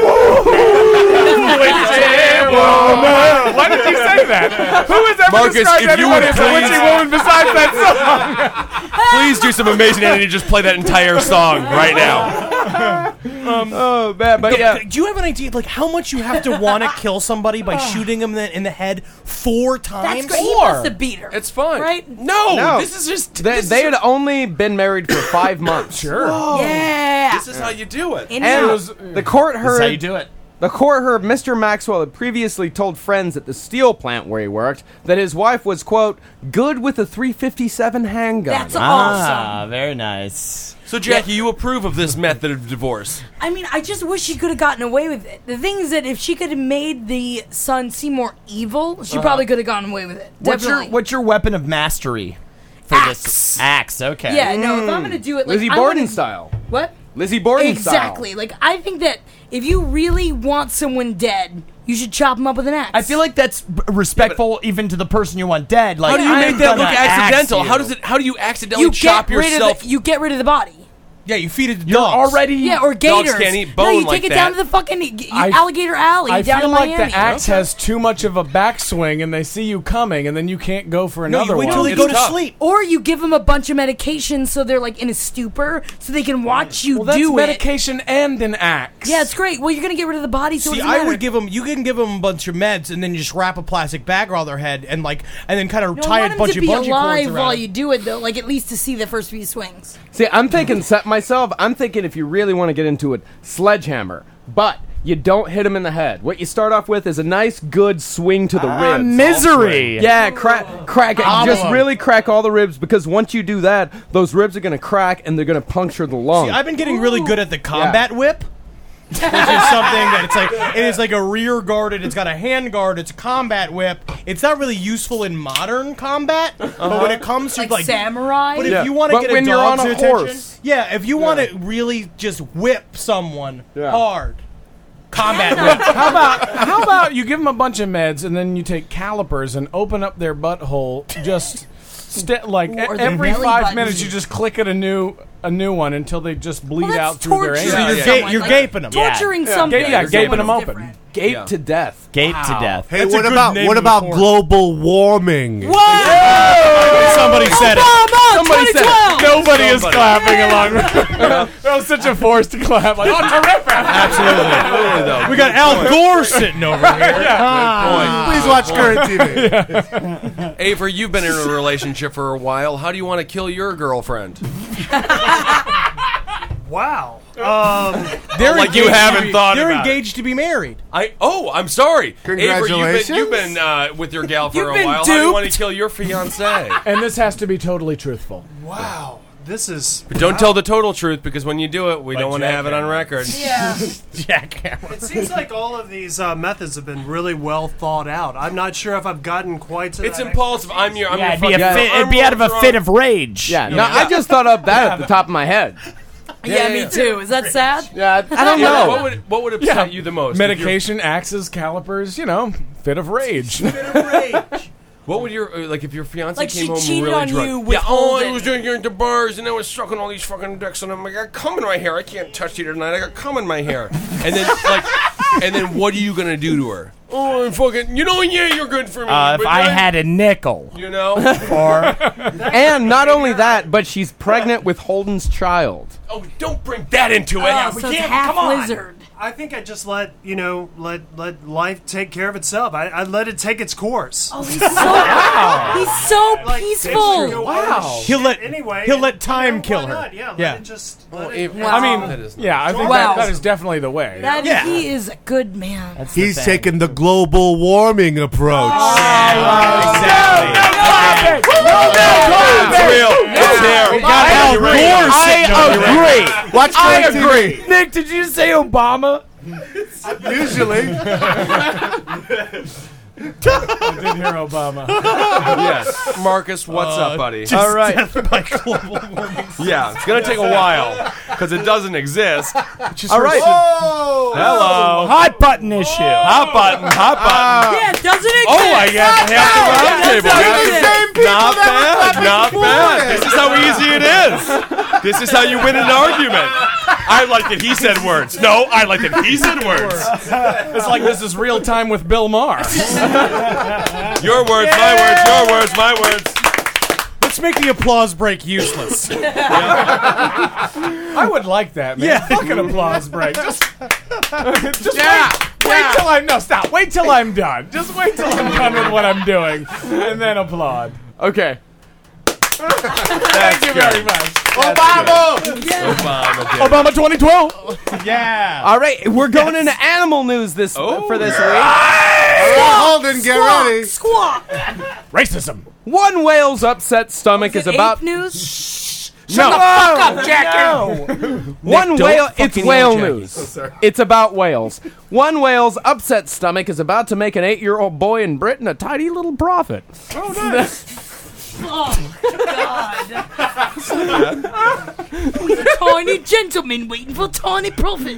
woman.
Why did you say that? Who has ever
Marcus, described if you anybody would as a please- witchy woman
besides that song?
[LAUGHS] Please do some amazing editing and just play that entire song right now.
Um,
oh man,
but yeah.
Do you have an idea like how much you have to want to kill somebody
Ah.
by shooting them in the- in the head four times?
great. He must have beat her.
It's fine.
Right?
No,
no,
this is just.
They,
this is
they had
just-
only been married for five [COUGHS] months. sure.
Yeah.
This is how you do it.
And the court heard.
how you do it.
The court heard Mr. Maxwell had previously told friends at the steel plant where he worked that his wife was quote good with a 357 handgun.
That's Ah,
very nice.
So, Jackie, you approve of this method of divorce?
I mean, I just wish she could have gotten away with it. The thing is that if she could have made the son seem more evil, she
Uh-huh.
probably could have gotten away with it.
What's your
Definitely.
What's your weapon of mastery for this axe? Okay.
Yeah, no, if I'm gonna do it, like,
Lizzie
I'm
Borden
gonna-
style.
What?
Lizzie Borden
exactly. Like I think that if you really want someone dead, you should chop them up with an axe.
I feel like that's b- respectful even to the person you want dead. Like,
how do you
I'm
make that look
gonna axe
accidental?
you.
How does it? How do you accidentally
you
chop
get rid
yourself?
Of the, e- you get rid of the body.
Yeah, you feed it to
You're
dogs.
already-
Yeah, or
Dogs
gators.
can't eat
no,
bone
you take
like
it down
that.
to the fucking you-
I-
alligator alley
I
down
feel
in
like
Miami.
the axe has too much of a backswing, and they see you coming, and then you can't go for
No, you
another
wait
one.
till they It's go to tough. sleep.
Or you give them a bunch of medication so they're like in a stupor, so they can watch you
Well, that's
do it.
medication and an axe.
Yeah, it's great. Well, you're gonna get rid of the body, so
See,
it's
I would give them. You can give them a bunch of meds, and then you just wrap a plastic bag around their head, and like, and then kind of
no, I
tie
want
a
'em
bunch
to
of
be
bungee cords
alive
around.
while
it.
you do it, though. Like at least to see the first few swings.
See, I'm thinking set myself. I'm thinking if you really want to get into it, sledgehammer. But you don't hit him in the head. What you start off with is a nice, good swing to the ribs.
misery.
Yeah, crack, crack, it.
Oblong.
just really crack all the ribs because once you do that, those ribs are gonna crack and they're gonna puncture the lung.
See, I've been getting really good at the combat whip, which is
[LAUGHS]
something that it's like it is like a rear guarded. It's got a hand guard. It's a combat whip. It's not really useful in modern combat,
Uh-huh.
but when it comes to like,
Like samurai?
but if
Yeah.
you want to
But
get
when
a
you're
dog's
on a
attention,
horse.
yeah, if you want to really just whip someone hard, combat whip.
how about how about you give them a bunch of meds and then you take calipers and open up their butthole just ste- like
Or
e-
their
every
belly
five
button.
minutes you just click at a new a new one until they just bleed
that's
out through their
torturing
anus.
Yeah, yeah, someone, like, torturing
yeah.
something.
Ga- yeah,
You're
gaping
someone
them
is
open.
Gape to death.
Gape to death.
Hey, what about what about global warming?
Somebody
said it.
Somebody said it.
Nobody is
Somebody.
clapping
[LAUGHS]
along. that was such a force to clap. Like,
[LAUGHS]
oh, terrific!
Absolutely. [LAUGHS]
We got Al
[LAUGHS]
Gore sitting over here.
Please watch current TV.
Aver, you've been in a relationship for a while. How do you want to kill your girlfriend?
Wow. Um,
They're Like you engaged to haven't be- thought
They're
about
[LAUGHS]
it.
engaged to be married.
I oh, I'm sorry. Avery, you've been,
Congratulations.
you've been uh, with your gal for
You've
a
been
while. How do you want to
duped.
kill your fiance?
and this has to be totally truthful.
Wow. This is.
But don't tell the total truth because when you do it, we don't want to have it on record.
Yeah.
Jackhammer.
It seems like all of these uh, methods have been really well thought out. I'm not sure if I've gotten quite to
It's
that
impulsive. I'm your. I'm your
Yeah, it'd be, a
fucking-
fit,
I'm
it'd be out of a
drunk.
fit of rage.
Yeah, no, I just thought of that at the top of my head.
Yeah, me too. Is that sad?
Yeah,
I don't know.
What would what would upset you the most? If
Medication, axes, calipers. You know, fit of rage.
your- What would your uh, like if your fiance
Like
came
she
home
cheated
really
on
drunk?
you
yeah, oh, I
withholding.
was drinking at the bars and I was sucking all these fucking dicks and I'm like, I got cum in my hair. I can't touch you tonight. I got cum in my hair. And then like, and then what are you gonna do to her? Oh, I'm fucking. You know, yeah, you're good for me.
Uh, if
but
I
then-
had a nickel,
[LAUGHS] you know,
or
and not only that, but she's pregnant with Holden's child.
oh, don't bring that into it.
Oh, so it's half lizard.
I think I just let you know let let life take care of itself. I, I let it take its course. Oh,
he's so wow. he's so
peaceful. Wow.
He'll let
anyway.
He'll let time kill her.
not? Yeah, let
yeah.
it just.
Oh,
I mean, [LAUGHS] yeah, I think
Wow.
that, that is definitely the way.
That
yeah.
he is a good man.
He's taking the global warming approach.
Oh,
Uh,
It's real. It's
here. We got Al Gore sitting on your
I
right.
agree. Watch
I
Craig TV.
agree. Nick, did you say Obama?
Usually.
I did hear Obama.
yes, Marcus, what's
Uh,
up, buddy?
just All right. death
[LAUGHS] yeah, it's gonna take a while because it doesn't exist.
All right.
Hello.
Hot button issue.
Oh.
Hot button. Hot button.
yeah, doesn't it?
Oh, I got half the round table. Not bad. Not bad. This is how easy it is. This is how you win an argument. I like that he said words. No, I like that he said words.
It's like this is real time with Bill Maher.
Your words, my words, your words, my words.
Let's make the applause break useless.
I would like that, man.
[LAUGHS] Yeah.
[LAUGHS]
Fucking applause break. Just, just wait, wait till I'm no stop. Wait till I'm done. Just wait till I'm done with what I'm doing, and then applaud.
Okay.
Thank you very much.
Obama.
Obama. did it.
Obama 2012.
yeah.
All right, we're going into animal news this uh,
Oh.
for this week.
Holden, get ready.
Squawk.
Racism.
One whale's upset stomach is,
Ape
about
news.
no.
Shut the fuck up, Jackie.
One
Nick, don't
whale. It's
fucking
whale
yell, Jackie.
news.
Oh,
it's about whales. One whale's upset stomach is about to make an eight-year-old boy in Britain a tidy little profit.
Oh, nice.
Oh God! [LAUGHS] tiny gentleman waiting for tiny profit.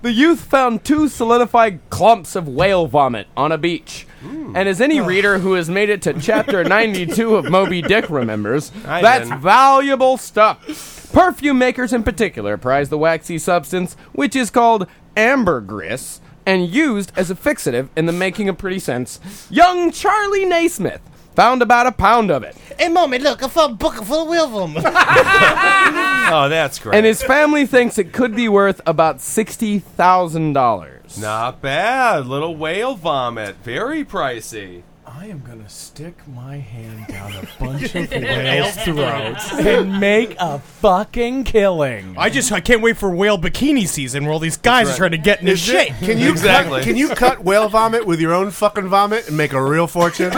The youth found two solidified clumps of whale vomit on a beach.
Hmm.
And as any reader who has made it to
[LAUGHS]
chapter 92 of Moby Dick remembers,
Hi,
that's
Ben.
valuable stuff. Perfume makers in particular prize the waxy substance, which is called ambergris and used as a fixative in the making of pretty scents. Young Charlie Naismith found about a pound of it.
Hey, mommy, look, I found a bucket full of whale vomit.
[LAUGHS]
Oh, that's great.
And his family thinks it could be worth about $60,000.
Not bad. Little whale vomit. Very pricey.
I am gonna stick my hand down a bunch
of
of
whales'
[LAUGHS]
whales'
throats
throats and make a fucking killing.
I just I can't wait for whale bikini season where all these guys are trying to get into
Is it-
shape.
Can you cut, can you cut whale vomit with your own fucking vomit and make a real fortune?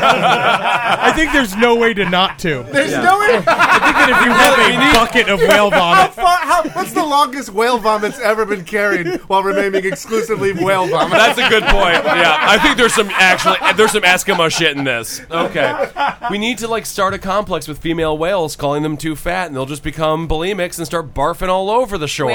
I think there's no way to not to.
There's no way.
I think that if you have a bucket of whale
How
vomit,
far? How, what's the longest whale vomit's ever been carried while remaining exclusively whale vomit?
That's a good point. Yeah, I think there's some actually there's some Eskimo shit in this. Okay, we need to like start a complex with female whales, calling them too fat, and they'll just become bulimics and start barfing all over the shores.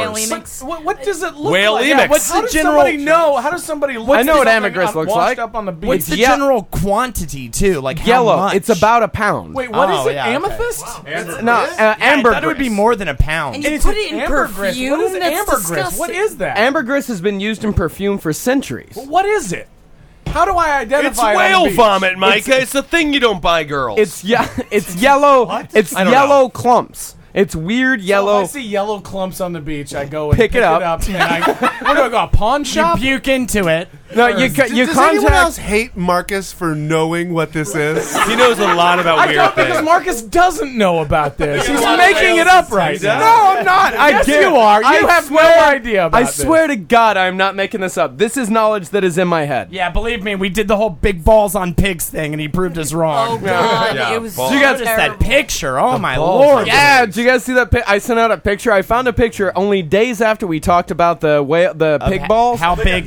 What, what does it look
Whale
like?
emics.
what's
How
the
does
general?
somebody
know? How does somebody look?
I know what amigris looks like.
Up on the beach.
What's the general quantity too? Like how
Yellow.
much?
It's about a pound.
Wait, what is
Oh,
it?
yeah, okay.
amethyst?
No, uh, ambergris.
That would be more than a pound.
And you put it in perfume.
What is
That's
ambergris? What
disgusting.
is that?
Ambergris has been used in perfume for centuries.
What is it? How do I
It's
identify? it on the
whale
beach?
vomit, Micah. It's,
It's-
the thing you don't buy, girls.
It's yeah,
[LAUGHS]
it's yellow. it's
I don't
yellow clumps. It's weird
If Oh, I
yellow.
see yellow clumps on the beach, I go and
Pick
pick,
it up.
and I, where do I go? A pawn shop?
You puke into it.
no, you ca-
Does,
you
does anyone else
contact.
hate Marcus for knowing what this is?
he knows a lot about
I
weird
don't because
things.
Marcus doesn't know about this. He's
a lot of
making it
whales
up right
down.
now.
I'm not. I
Yes,
get-
you are. You
I
have
swear-
no idea about
I
this.
swear to God, I'm not making this up. This is knowledge that is in my head.
Yeah, believe me, we did the whole big balls on pigs thing, and he proved us
Oh
wrong.
God!
Yeah,
it was
balls.
so
You guys,
terrible.
that picture. Oh my
balls.
lord!
Yeah, did you guys see that? Pi- I sent out a picture. I found a picture only days after we talked about the whale, the
Of
pig
h-
balls.
How big?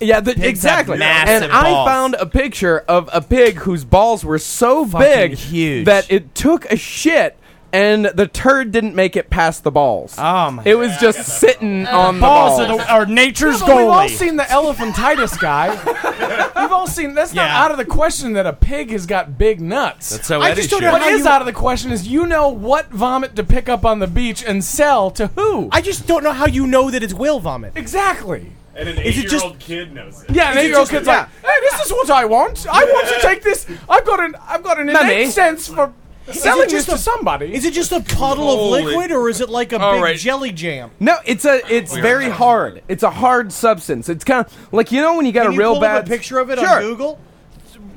Yeah, the,
have
exactly.
massive
and I
balls.
found a picture of a pig whose balls were so
Fucking
big
huge.
that it took a shit and the turd didn't make it past the balls.
Oh my!
it was just sitting on the
balls
balls.
are, the, are nature's
But Uh, we've all
goalie.
seen the elephantitis guy. we've all seen. That's not
Yeah.
out of the question that a pig has got big nuts.
That's how
I
Eddie
just don't
should.
know what
How
is
you-
out of the question is you know what vomit to pick up on the beach and sell to who.
I just don't know how you know that it's whale vomit.
exactly.
And an
Is it just-
eight-year-old kid knows it.
Yeah, and
Is it
then your
just-
kid's
yeah.
like, "Hey, this is what I want. I want to take this. I've got an, I've got an innate
Mummy.
sense for
Is it
Selling this
just
to
a-
somebody.
Is it just a puddle of
Holy-
liquid, or is it like a
All
big
right.
jelly jam?
No, it's a
Oh,
it's very hard. It's a hard substance. It's kind of like you know when you got
Can
a
you
real
pull
bad
up a picture of it
Sure.
on Google?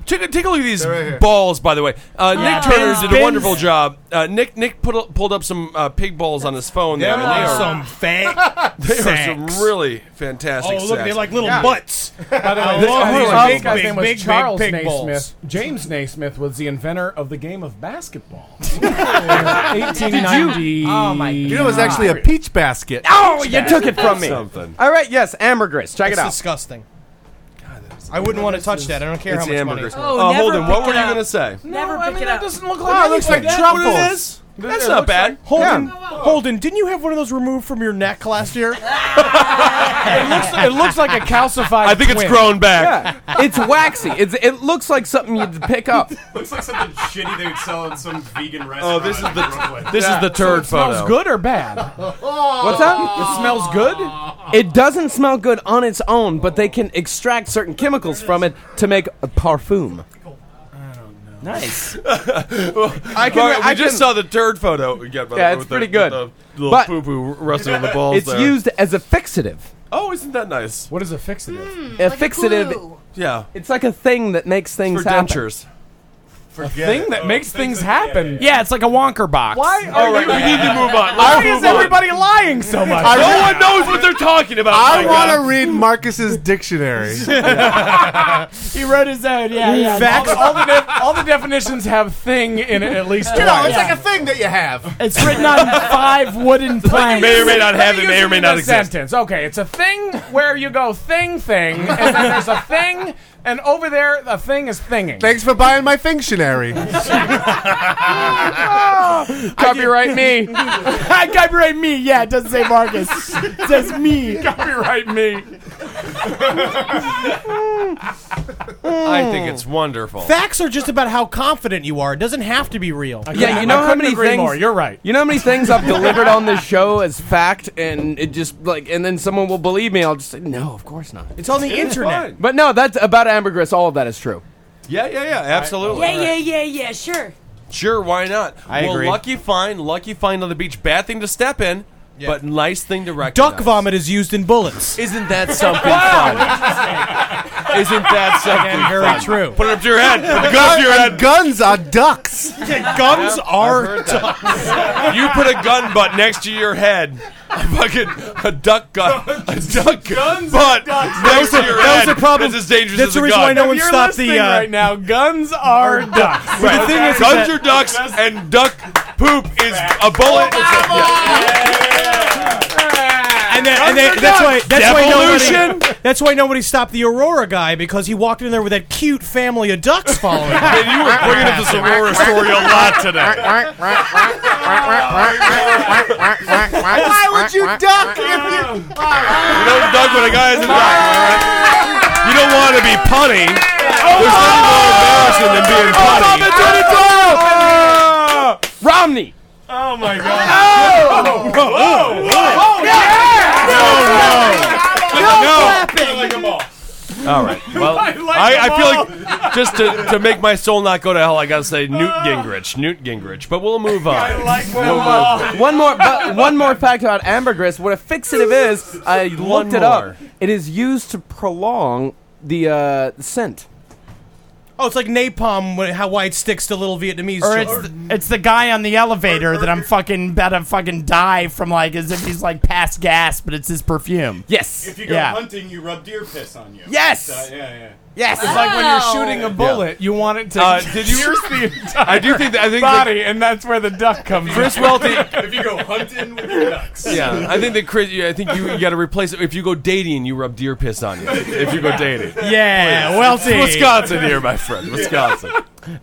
Take a, take a look at these balls, by the way. Uh,
Yeah,
Nick Turner
Ben's-
did a
Ben's-
wonderful job. Uh, Nick Nick put, up- pulled up some uh, pig balls on his phone there.
They
and
are
they
some fat
They are
sacks.
some really fantastic.
Oh, look, they're
sacks.
like little Yeah. butts.
By the
I
way, this guy's
love these
name- this
big,
guy's
big,
name was
big, big
Charles
pig
Naismith.
balls.
James Naismith was the inventor of the game of [LAUGHS] basketball.
Did you? Oh my god!
You know, it was actually a peach basket.
Oh, you took it from me.
Something.
All right, yes, ambergris. Check
That's
it out.
disgusting. I wouldn't want to touch that. I don't care
it's
how much money.
ambergris.
it's worth.
Oh,
Uh,
Oh, never Holden, what pick were it you up.
gonna say?
Never pick it up.
doesn't look
like
it looks like
anything.
truffles.
That's what it
is.
That's not bad.
Holden, Holden, didn't you have one of those removed from your neck
[LAUGHS]
last year?
it, looks, it looks like a calcified.
I think it's
twin.
grown [LAUGHS] back. it's waxy. It's, it looks like something you'd pick
[LAUGHS]
up.
Looks like something shitty they would sell in some vegan
Oh,
restaurant.
this
[LAUGHS]
is
in Brooklyn.
the this
Yeah.
is the turd
So it smells
photo.
good
or bad?
What's that? It smells good? [LAUGHS] It doesn't smell good on its own, but they can extract certain chemicals from it to make a parfum. Nice.
I
can-
we
I
just
can-
saw the turd photo again. By
Yeah,
the,
it's
with
pretty
the,
good.
with the little
But-
poo poo wrestling with the balls.
It's
there.
used as a fixative.
Oh, isn't that nice?
What is Hmm, a fixative?
a fixative.
yeah.
It's like a thing that makes things
for
happen.
dentures.
A thing
Oh,
that makes things happen. Yeah, it's like a Wonker box.
Why
All right, we need to move on.
Why
Let's move
is everybody lying so much?
I
No one knows what they're talking about.
I
my
want
God.
to read Marcus's dictionary.
he wrote his own. Yeah, yeah.
Facts.
All, the- all the def- all the definitions have "thing" in it at [LAUGHS] least.
You know, it's
twice.
like a thing that you have.
It's written on
[LAUGHS]
five wooden planks.
may or may not have,
Let me
it may
use
or may
in
not
a
exist.
Sentence. Okay, it's a thing where you go thing thing, and then there's a thing, and over there a thing is thinging.
Thanks for buying my fictionary.
[LAUGHS] Copyright [LAUGHS] me.
Copyright me. Yeah, it doesn't say Marcus. It
[LAUGHS]
says me.
Copyright me.
I think it's wonderful.
Facts are just about how confident you are. It doesn't have to be real.
Yeah, you know how
couldn't
many
agree
things.
more. You're right.
You know how many things I've delivered on this show as fact, and it just like, and then someone will believe me. I'll just say, no, of course not.
It's on the internet.
But no, that's about ambergris. All of that is true.
Yeah, yeah, yeah, absolutely.
Yeah, yeah, yeah, yeah. Sure.
Sure, why not?
I
well,
agree.
lucky find, lucky find on the beach. Bad thing to step in, but nice thing to recognize.
Duck vomit is used in bullets.
Isn't that something [LAUGHS] fun? Isn't that something
Again, very
fun?
true.
Put it up to your head. Put the gun up to your
Gun,
[LAUGHS]
head.
and guns
[LAUGHS]
are ducks.
Guns are
You put a gun butt next to your head. A fucking a duck gun. [LAUGHS] A duck gun butt next to your head.
That was the problem.
It's as dangerous
That's
as
the
a
reason why
gun.
no one
You're
stopped the.
listening
Uh,
right now. Guns are
[LAUGHS]
ducks.
Right.
the thing is
guns
that-
are ducks and duck poop is a bullet.
and then, and then, that's why. That's why
Devolution.
nobody. That's why nobody stopped the Aurora guy because he walked in there with that cute family of ducks following. him.
Man, you were bringing up this Aurora story a lot today.
Why would you duck if
[LAUGHS]
you?
You don't duck when a guy is in duck. You don't want to be punny. There's nothing more embarrassing than being punny.
Romney.
All right. Well, [LAUGHS] I, I feel like just to, to make my soul not go to hell, I gotta say Newt Gingrich, Newt Gingrich. But we'll move on.
One more, but one more fact about ambergris. What a fixative is, I looked it
more.
up. It is used to prolong the uh, scent.
Oh, it's like napalm. when- How why it sticks to little Vietnamese
Or it's
children.
the, it's the guy on the elevator that I'm fucking about to fucking die from, like as if he's like past gas, but it's his perfume.
Yes.
If you go
Yeah.
hunting, you rub deer piss on you.
Yes.
Uh, yeah,
Yes.
It's like when you're shooting a bullet, you want it to [LAUGHS]
Uh, did you-
pierce the entire
I do think that, I think that
body, and that's where the duck comes.
Chris
in.
Welty.
yeah. If you go hunting with your ducks.
Yeah, I think that Chris. yeah, I think you, you got to replace it. If you go dating, you rub deer piss on you. If you go dating,
Yeah, well, see.
Wisconsin here, my friend. Wisconsin.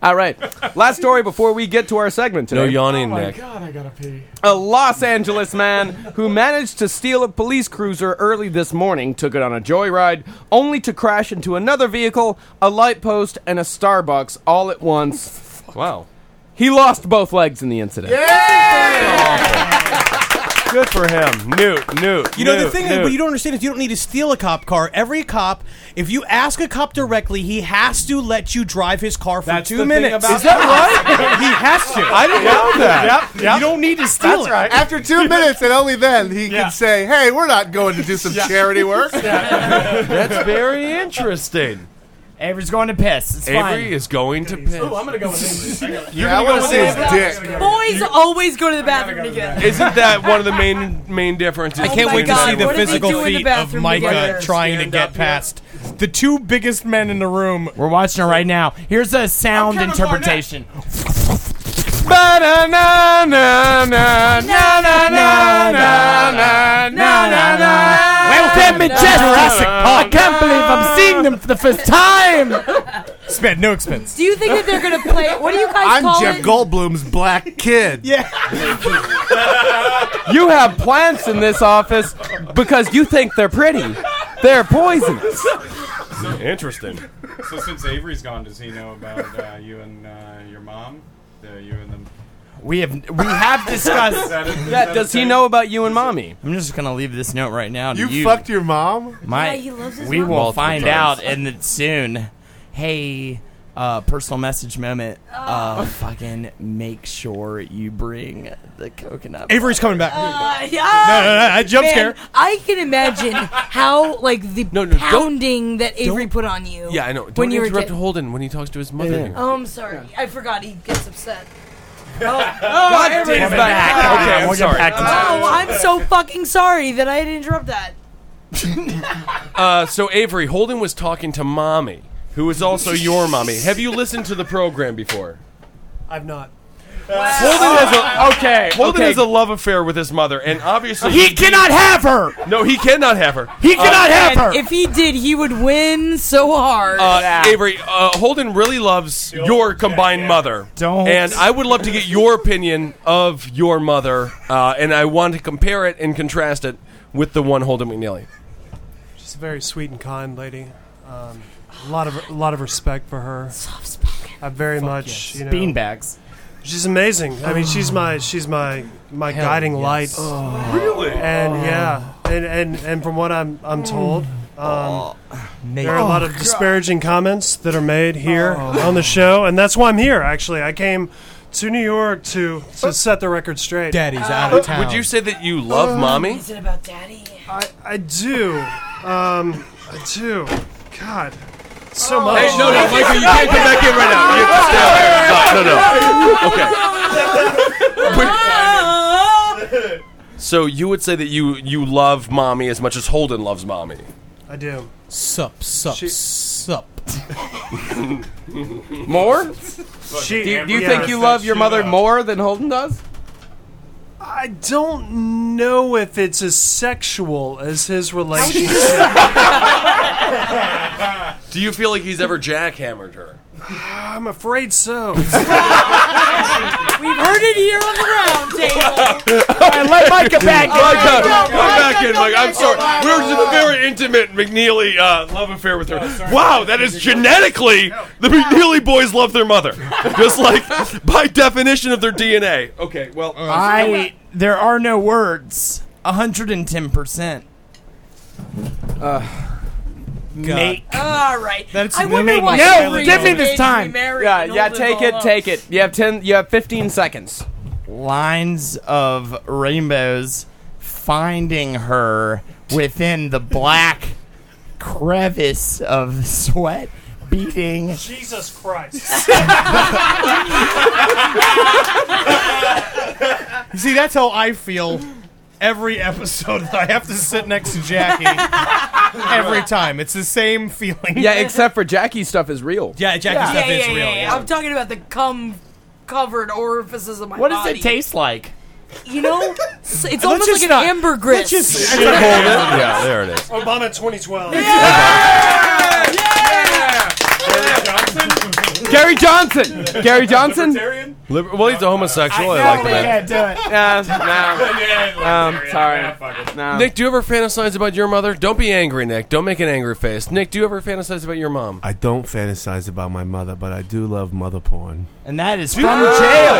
All right. Last story before we get to our segment
No
today.
yawning,
Oh my
Nick.
god, I gotta pee.
a Los Angeles man who managed to steal a police cruiser early this morning took it on a joyride, only to crash into another vehicle, a light post, and a Starbucks all at once.
Wow.
He lost both legs in the incident.
Good for him, Newt. Newt.
You know, the
Newt,
thing
Newt.
that what you don't understand is you don't need to steal a cop car. Every cop, if you ask a cop directly, he has to let you drive his car for
That's
two
the thing
minutes.
about- Is
[LAUGHS]
that
right?
he has to.
I didn't know that.
Yep, yep. You don't need to steal
That's
it.
right. After
[LAUGHS]
two minutes, and only then he
Yeah.
can say, "Hey, we're not going to do some charity work."
That's very interesting.
Avery's going to piss. It's
Avery
fine.
is going to piss.
I'm gonna go with
You're gonna go with Avery.
Boys always go to the bathroom together. Oh
Isn't that one of the main main differences?
I can't wait to see the physical feat of Micah trying to get past the two biggest men in the room.
We're watching it right now. Here's a sound interpretation. Well, that Jurassic Park. Oh, I can't believe I'm seeing them for the first time.
Spend no expense.
Do you think that they're gonna play? What do you guys
I'm
call
Jeff
it?
Goldblum's black kid.
Yeah.
You have plants in this office because you think they're pretty. They're poisonous.
Interesting.
So since Avery's gone, does he know about uh, you and uh, your mom? The, you and the.
We have we have
Is
discussed.
that a- is
Yeah,
that a
does he
thing?
know about you and mommy?
[LAUGHS] I'm just gonna leave this note right now. to
You,
you
fucked your mom?
My,
Yeah, he loves his
we
mom.
will
Multiple
find
times.
out in the, soon. Hey, uh, personal message moment. Uh, fucking make sure you bring the coconut.
Avery's coming back.
Uh,
No, no, no, I jump
Man,
scare.
I can imagine how like the
don't-
pounding that Avery put on you.
Yeah, I know. Don't
When you were a
interrupt
kid.
Holden when he talks to his mother.
Oh, I'm sorry. I forgot he gets
[LAUGHS]
upset. Oh,
God damn
Avery's
it.
back.
Okay,
Ah.
I'm We'll get sorry. back to that.
Oh, I'm so fucking sorry that I had to interrupt that.
Uh, so Avery, Holden was talking to mommy, who is also your mommy. Have you listened to the program before?
I've not.
Holden has a
okay.
Holden
okay.
has a love affair with his mother, and obviously
He cannot have her.
No, he cannot have her. Uh,
And If he did, he would win so hard.
Uh, Avery, uh, Holden really loves your combined mother.
Don't.
And I would love to get your opinion of your mother, uh, and I want to compare it and contrast it with the one Holden McNeely.
She's a very sweet and kind lady. Um, a lot of a lot of respect for her. Soft spoken. I very much
yes.
you know,
Beanbags.
She's amazing. I mean, she's
Oh.
my she's my my
Hell
guiding
yes.
light.
Really?
And
Oh.
yeah, and, and and from what I'm I'm
Mm.
told, um,
Nate.
there are a lot
Oh,
of
God.
disparaging comments that are made here on the show, and that's why I'm here. Actually, I came to New York to to set the record straight.
Daddy's out
of town. Would you say that you love mommy?
Is it about daddy?
I I do. Um, I do. God. So much.
Hey, no, no, Michael, you can't come back in right now. You have to stay out. No, no, no. Okay. [LAUGHS] So you would say that you you love mommy as much as Holden loves mommy.
I do.
Sup, sup, sup.
More?
She-
do you, do you
yeah,
think you
that's
love your mother
true.
more than Holden does?
I don't know if it's as sexual as his relationship.
Do you feel like he's ever jackhammered her?
I'm afraid so. We've
heard it here on the round table.
[LAUGHS] I let Micah back in.
Micah,
Micah,
come back in, Mike. I'm sorry.
Micah.
We were just a very intimate McNeely uh, love affair with her. wow, that is genetically the McNeely boys love their mother, just like by definition of their DNA. Okay, well, uh,
I. There are no words. 110 percent. Uh, Nate.
All right.
That's
I wonder
amazing.
why.
No,
Avery
give me
engaged
this
to
time.
be married
Uh, Yeah,
and
yeah.
Holden
Take
all
it,
up.
take it. You have ten. You have fifteen seconds.
lines of rainbows finding her within the black crevice of sweat beating
Jesus Christ.
You see, that's how I feel every episode that I have to sit next to Jackie. every time. It's the same feeling.
Yeah, except for Jackie's stuff is real.
Yeah, Jackie's
Yeah,
stuff
yeah,
is
yeah,
real.
yeah, yeah. I'm talking about the cum covered orifices of my
what
body.
does it taste like
You
[LAUGHS]
know, so it's
Let's
almost
just
like an
not-
ambergris.
let's just-
Shit, Holden.
yeah,
[LAUGHS]
there it is.
Obama 2012.
Gary Johnson. Gary Johnson.
Liber- well, he's a homosexual. I, like that.
do
No,
it.
no. Um, sorry. No.
Nick, do you ever fantasize about your mother? Don't be angry, Nick. Don't make an angry face. Nick, do you ever fantasize about your mom?
I don't fantasize about my mother, but I do love mother porn.
and that is from jail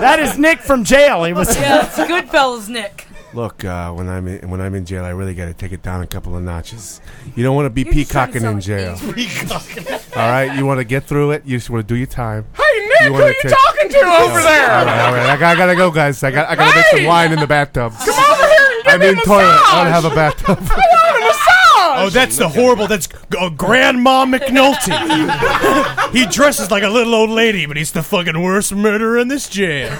that is nick from jail he was
Yeah, it's Goodfellas, Nick.
Look, uh, when I'm in, when I'm in jail, I really got to take it down a couple of notches. You don't want to be peacocking in jail. [LAUGHS] All right, you want to get through it. You just want to do your time.
Hey, Nick, who
wanna
you talking to over
All
there?
right, all right. I, got, I gotta go, guys. I got I gotta make
Hey!
some wine in the bathtub.
Come over here and give
I'm
me a
in toilet. I don't
massage.
have a bathtub.
[LAUGHS] I want a massage.
Oh, that's the horrible. That's G- uh, Grandma McNulty. [LAUGHS] he dresses like a little old lady, but he's the fucking worst murderer in this jail.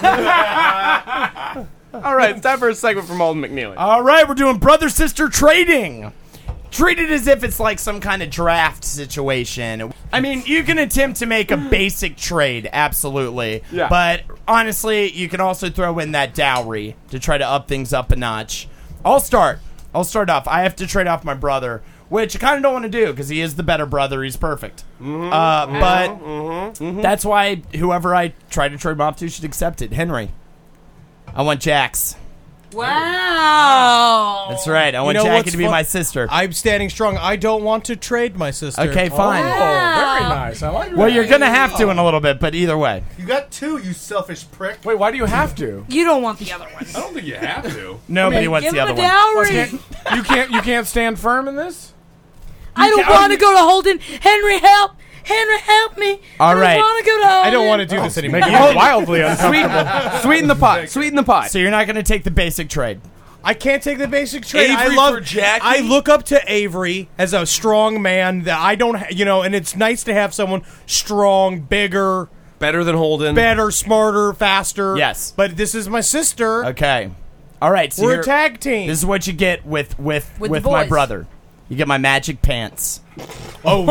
All right, it's time for a segment from Alden McNeely.
All right, we're doing brother sister trading. Treat it as if it's like some kind of draft situation. I mean, you can attempt to make a basic trade, absolutely.
Yeah.
But honestly, you can also throw in that dowry to try to up things up a notch. I'll start. I'll start off. I have to trade off my brother, which I kind of don't want to do because he is the better brother. He's perfect. Uh, but that's why whoever I try to trade him off to should accept it. Henry. I want Jax.
Wow.
That's right. I
You
want
know
Jackie
what's
to be
fu-
my sister.
I'm standing strong. I don't want to trade my sister. Oh.
Okay, fine.
Oh,
very nice. I like
Well, you're gonna have to in a little bit, but either way,
You got two, you selfish prick.
Wait, why do you have to?
You don't want the other one.
I don't think you have to.
nobody
I mean,
wants
give
the
him
other
a
one.
dowry.
You can't you can't stand firm in this.
I don't want to go to Holden. Henry, help! Henry, help me!
All
I don't
right.
want to go to Holden.
do this
anymore.
Making
Oh. [LAUGHS]
it wildly
uncomfortable.
Sweeten, sweeten the pot. Sweeten the pot. So you're not gonna take the basic trade.
I can't take the basic trade. I
Avery
love
for Jackie?
I look up to Avery as a strong man that I don't, ha- you know, and it's nice to have someone strong, bigger,
better than Holden,
better, smarter, faster.
Yes.
but this is my sister.
Okay. All right. So
We're a
you're-
tag team.
This is what you get with with
With
with,
the
my
boys.
brother. You get my magic pants. [LAUGHS]
Oh,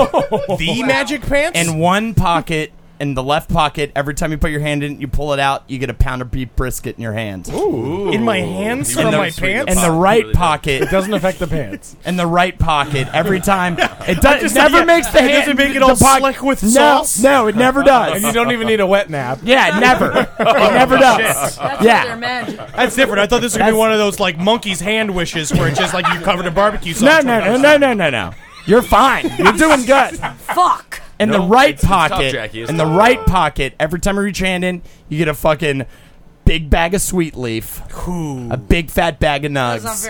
the magic pants.
in one pocket. In the left pocket, every time you put your hand in, you pull it out, you get a pound of beef brisket in your hand. Ooh.
In my hands
In
from
the-
my pants.
In the right pocket.
It doesn't affect the
[LAUGHS]
pants.
in the right pocket every time. It
I'm
does,
just
it never
saying,
makes the
it
hand.
doesn't make it
the
all
pocket-
slick with
no,
sauce?
No,
[LAUGHS]
it never does.
And Oh, you don't even need a wet nap.
Yeah,
[LAUGHS]
it never. It never does. yeah.
That's different. I thought this was gonna be one of those like monkey's hand wishes where it's just like you covered in barbecue
No,
sauce.
no,
Oh,
no, no, no, no, no. You're fine. You're doing good.
Fuck.
In
No,
the right
it's- it's tough,
pocket,
Jackie, it's
in the right pocket, every time you reach hand in, you get a fucking big bag of sweet leaf, a big fat bag of nugs.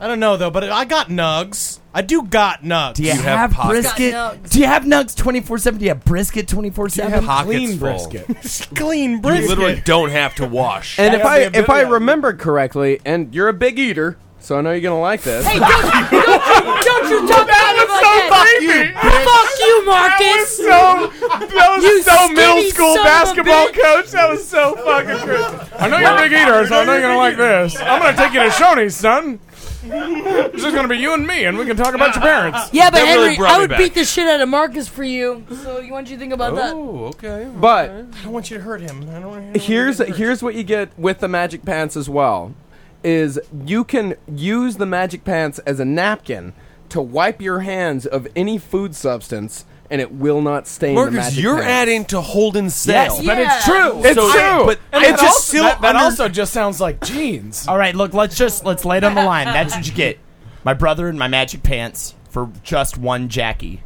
I don't know though, but I got nugs. I do got nugs.
Do you, have, brisket? Do you have nugs twenty four seven? Do you have brisket twenty four seven?
clean brisket.
clean
You literally don't have to
[LAUGHS]
wash.
And if I if I remember correctly, and you're a big eater, so I know you're gonna like this.
Don't you talk about me like that! Fuck you, Fuck you, Marcus!
That was so, that was
You
so middle
skinny
school
son of a
basketball
bitch.
coach. That was so fucking crazy.
I know you're a big eater, so I know you're gonna like this. I'm gonna take you to Shoney's, son. It's just gonna be you and me, and we can talk about your parents.
Yeah, but Henry, I would beat the shit out of Marcus for you. So, you want you to think about that?
okay.
But
I don't want you to hurt him. I don't want to
here's here's what you get with the magic pants as well is you can use the magic pants as a napkin to wipe your hands of any food substance and it will not stain the
Marcus,
magic
you're
pants.
adding to Holden's
Yes,
sale.
but it's Yeah. true. It's true.
But
And
it's
that
just
also-
still
that- that
under-
also
just sounds like jeans.
All right, look, let's just let's lay down the line. That's what you get. My brother and my magic pants for just one Jackie.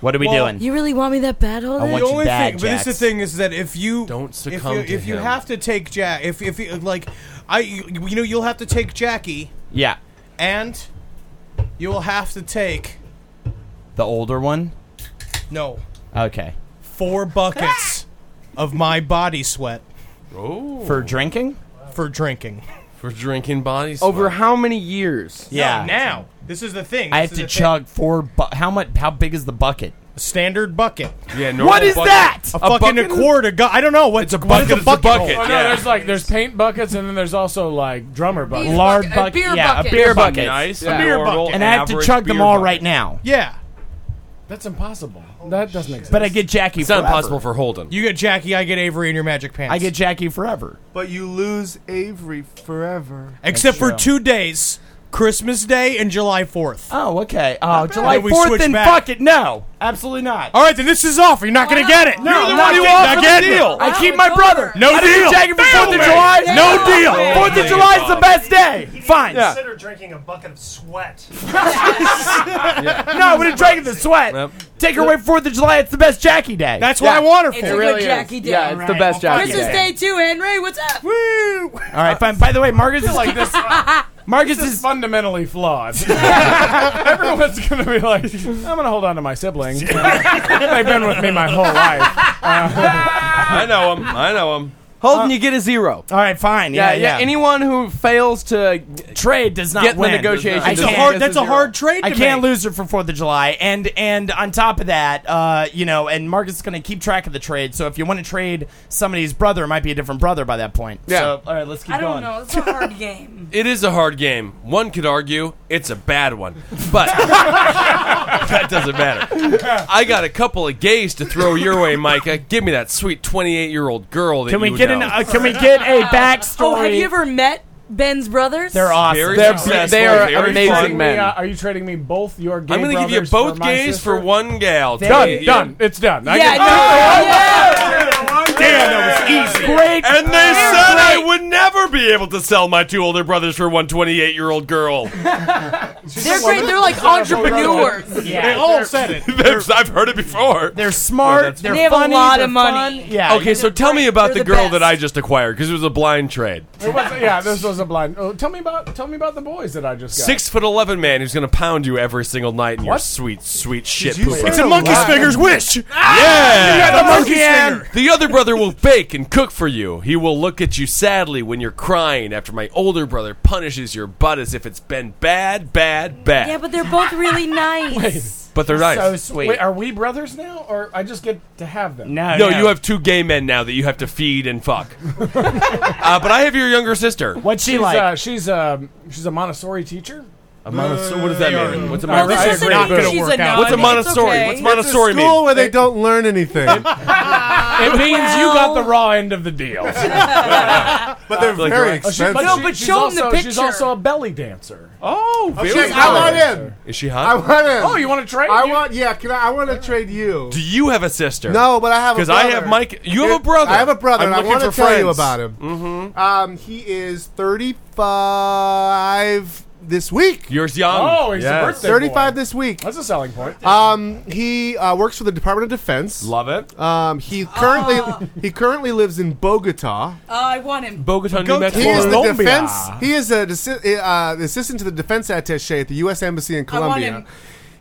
What are we
Well,
doing?
You really want me that bad, Holden?
I want
the
you
only
bad,
thing, but this is
Jax.
the thing is that if you
don't
if
succumb
you,
to
if you
him.
have to take Jack, if if you, like I, you know, you'll have to take Jackie,
yeah,
and you will have to take
the older one.
no
Okay,
four buckets
Ah!
of my body sweat
Oh.
for drinking.
for drinking.
For drinking bodies.
over how many years?
Yeah,
No, now this is the thing.
I
This
have to
is the thing.
chug four. Bu- how much? How big is the bucket?
A standard bucket.
Yeah, normal
What is
bucket.
that?
A, fucking a quart. A gu- I don't know what it's a
bucket,
What is
it's a bucket.
hole?
Oh, no,
Yeah.
there's like there's paint buckets, and then there's also like drummer buckets. Large
Lard bucket- a bucket- beer yeah, a bucket. beer bucket.
Nice,
Yeah.
beer
bucket.
And I have to chug them all right now.
Yeah,
That's impossible. That doesn't exist.
But I get Jackie.
It's not
forever.
impossible for Holden.
you get Jackie. I get Avery in your magic pants.
I get Jackie forever.
But you lose Avery forever.
except for two days: Christmas Day and July Fourth.
Oh, okay. Oh, July
Then we
fourth
switch
and
back.
fuck it. No, absolutely not.
All right, then this is off. You're not going to get it.
No,
You're the
not
one who
getting-
offered
not
the
getting it.
deal.
I keep my brother.
No
I
deal.
didn't Jack it for
Fail
Fourth of
me.
July.
No deal.
Fourth of July is the best day. Fine.
Consider drinking a bucket of sweat.
No, I would have drank the sweat. Take her away Fourth of July. It's the best Jackie day.
That's what I want her for.
It's a good Jackie day.
Yeah, it's the best Jackie
Christmas
day.
Day, too, Henry. What's up?
[LAUGHS] All right, fine. By the way, Marcus is like this.
Marcus is fundamentally flawed. Everyone's gonna be like, I'm gonna hold on to my siblings. They've been with me my whole life.
I know him. I know him.
Holden, you get a zero.
All right, fine.
Yeah,
Yeah,
yeah.
yeah.
Anyone who fails to
trade does not
get
win.
the negotiation.
It's a
does-
hard-
gets
that's a
zero.
hard trade. I can't lose it for Fourth of July, and and on top of that, uh, you know, and Marcus is going to keep track of the trade. So if you want to trade somebody's brother, it might be a different brother by that point. So, all right, let's keep
I don't
going.
know. It's a hard game.
It is a hard game. One could argue it's a bad one, but [LAUGHS] that doesn't matter. I got a couple of gays to throw your way, Micah. Give me that sweet twenty-eight-year-old girl. That
Can we
you
get
know.
an? Uh, can we get a
[LAUGHS]
backstory?
Oh, have you ever met Ben's brothers?
They're awesome.
Very
They're-
successful,
they are
very
amazing
fun.
Trading me, uh, are you trading me both your gay
I'm going to give you
brothers
both
for my
gays
sister?
for one gal.
Done,
Today.
done. It's done. I
Yeah,
get-
[LAUGHS]
Oh,
no,
Damn, that was easy.
Great.
And they said I would never be able to sell my two older brothers for one 28 year old
[LAUGHS]
girl.
They're great. They're like entrepreneurs.
Yeah.
said it. [LAUGHS] I've heard it before.
They're smart.
they're They have a funny, lot they're of money. fun.
Yeah.
okay, so tell me about the, girl that I just acquired because it was a blind trade.
It was- yeah, this was a blind. Oh, tell me about tell me about the boys that I just got.
Six foot eleven man who's gonna pound you every single night in your sweet, sweet
[LAUGHS]
shit pooper.
It's a monkey's Wow. fingers
wish. Yeah,
Ah! You got the monkey's finger.
The other brother will bake and cook for you. He will look at you sadly when you're crying after my older brother punishes your butt as if it's been bad, bad, bad.
Yeah, but they're both [LAUGHS] really nice.
but they're nice.
Wait, are we brothers now, or I just get to have them?
no, you have two gay men now that you have to feed and
[LAUGHS]
fuck. uh, but I have your younger sister.
What's
she's, Uh, she's a she's a Montessori teacher.
A Montessori, what does that mean? What's a
Well, this
Montessori?
is not gonna She's a work out.
What's a
nun. It's
Montessori?
okay. It's
What's
a
Montessori mean?
School where they don't learn anything.
[LAUGHS]
but
It means you got the raw end of the deal.
they're
Like,
very
right. Oh,
expensive.
But she- [LAUGHS] she's also- She's
picture.
also a belly dancer.
Oh,
Okay, I want in.
Is she
I
hot?
want in.
Oh, you want to trade?
I
You-
want. Yeah, can I? I want to trade you.
Do you have a sister?
No, but I have a
because I
brother.
have Mike. You have a
It-
brother.
I have a brother.
I'm
and I
looking
want to
for
tell you
friends.
about him. Mm-hmm. Um, he is 35 this week.
Yours young.
Oh, he's a birthday boy.
35 this week.
That's a selling point.
Um, he uh, works for the Department of Defense.
Love it.
Oh,
Um, he currently he currently lives in Bogota.
Uh, I want him.
Bogota, New Mexico.
He is the
Colombia.
defense. He is a desi- uh, the assistant to the defense attaché at the U.S. Embassy in
I want
Colombia.
him.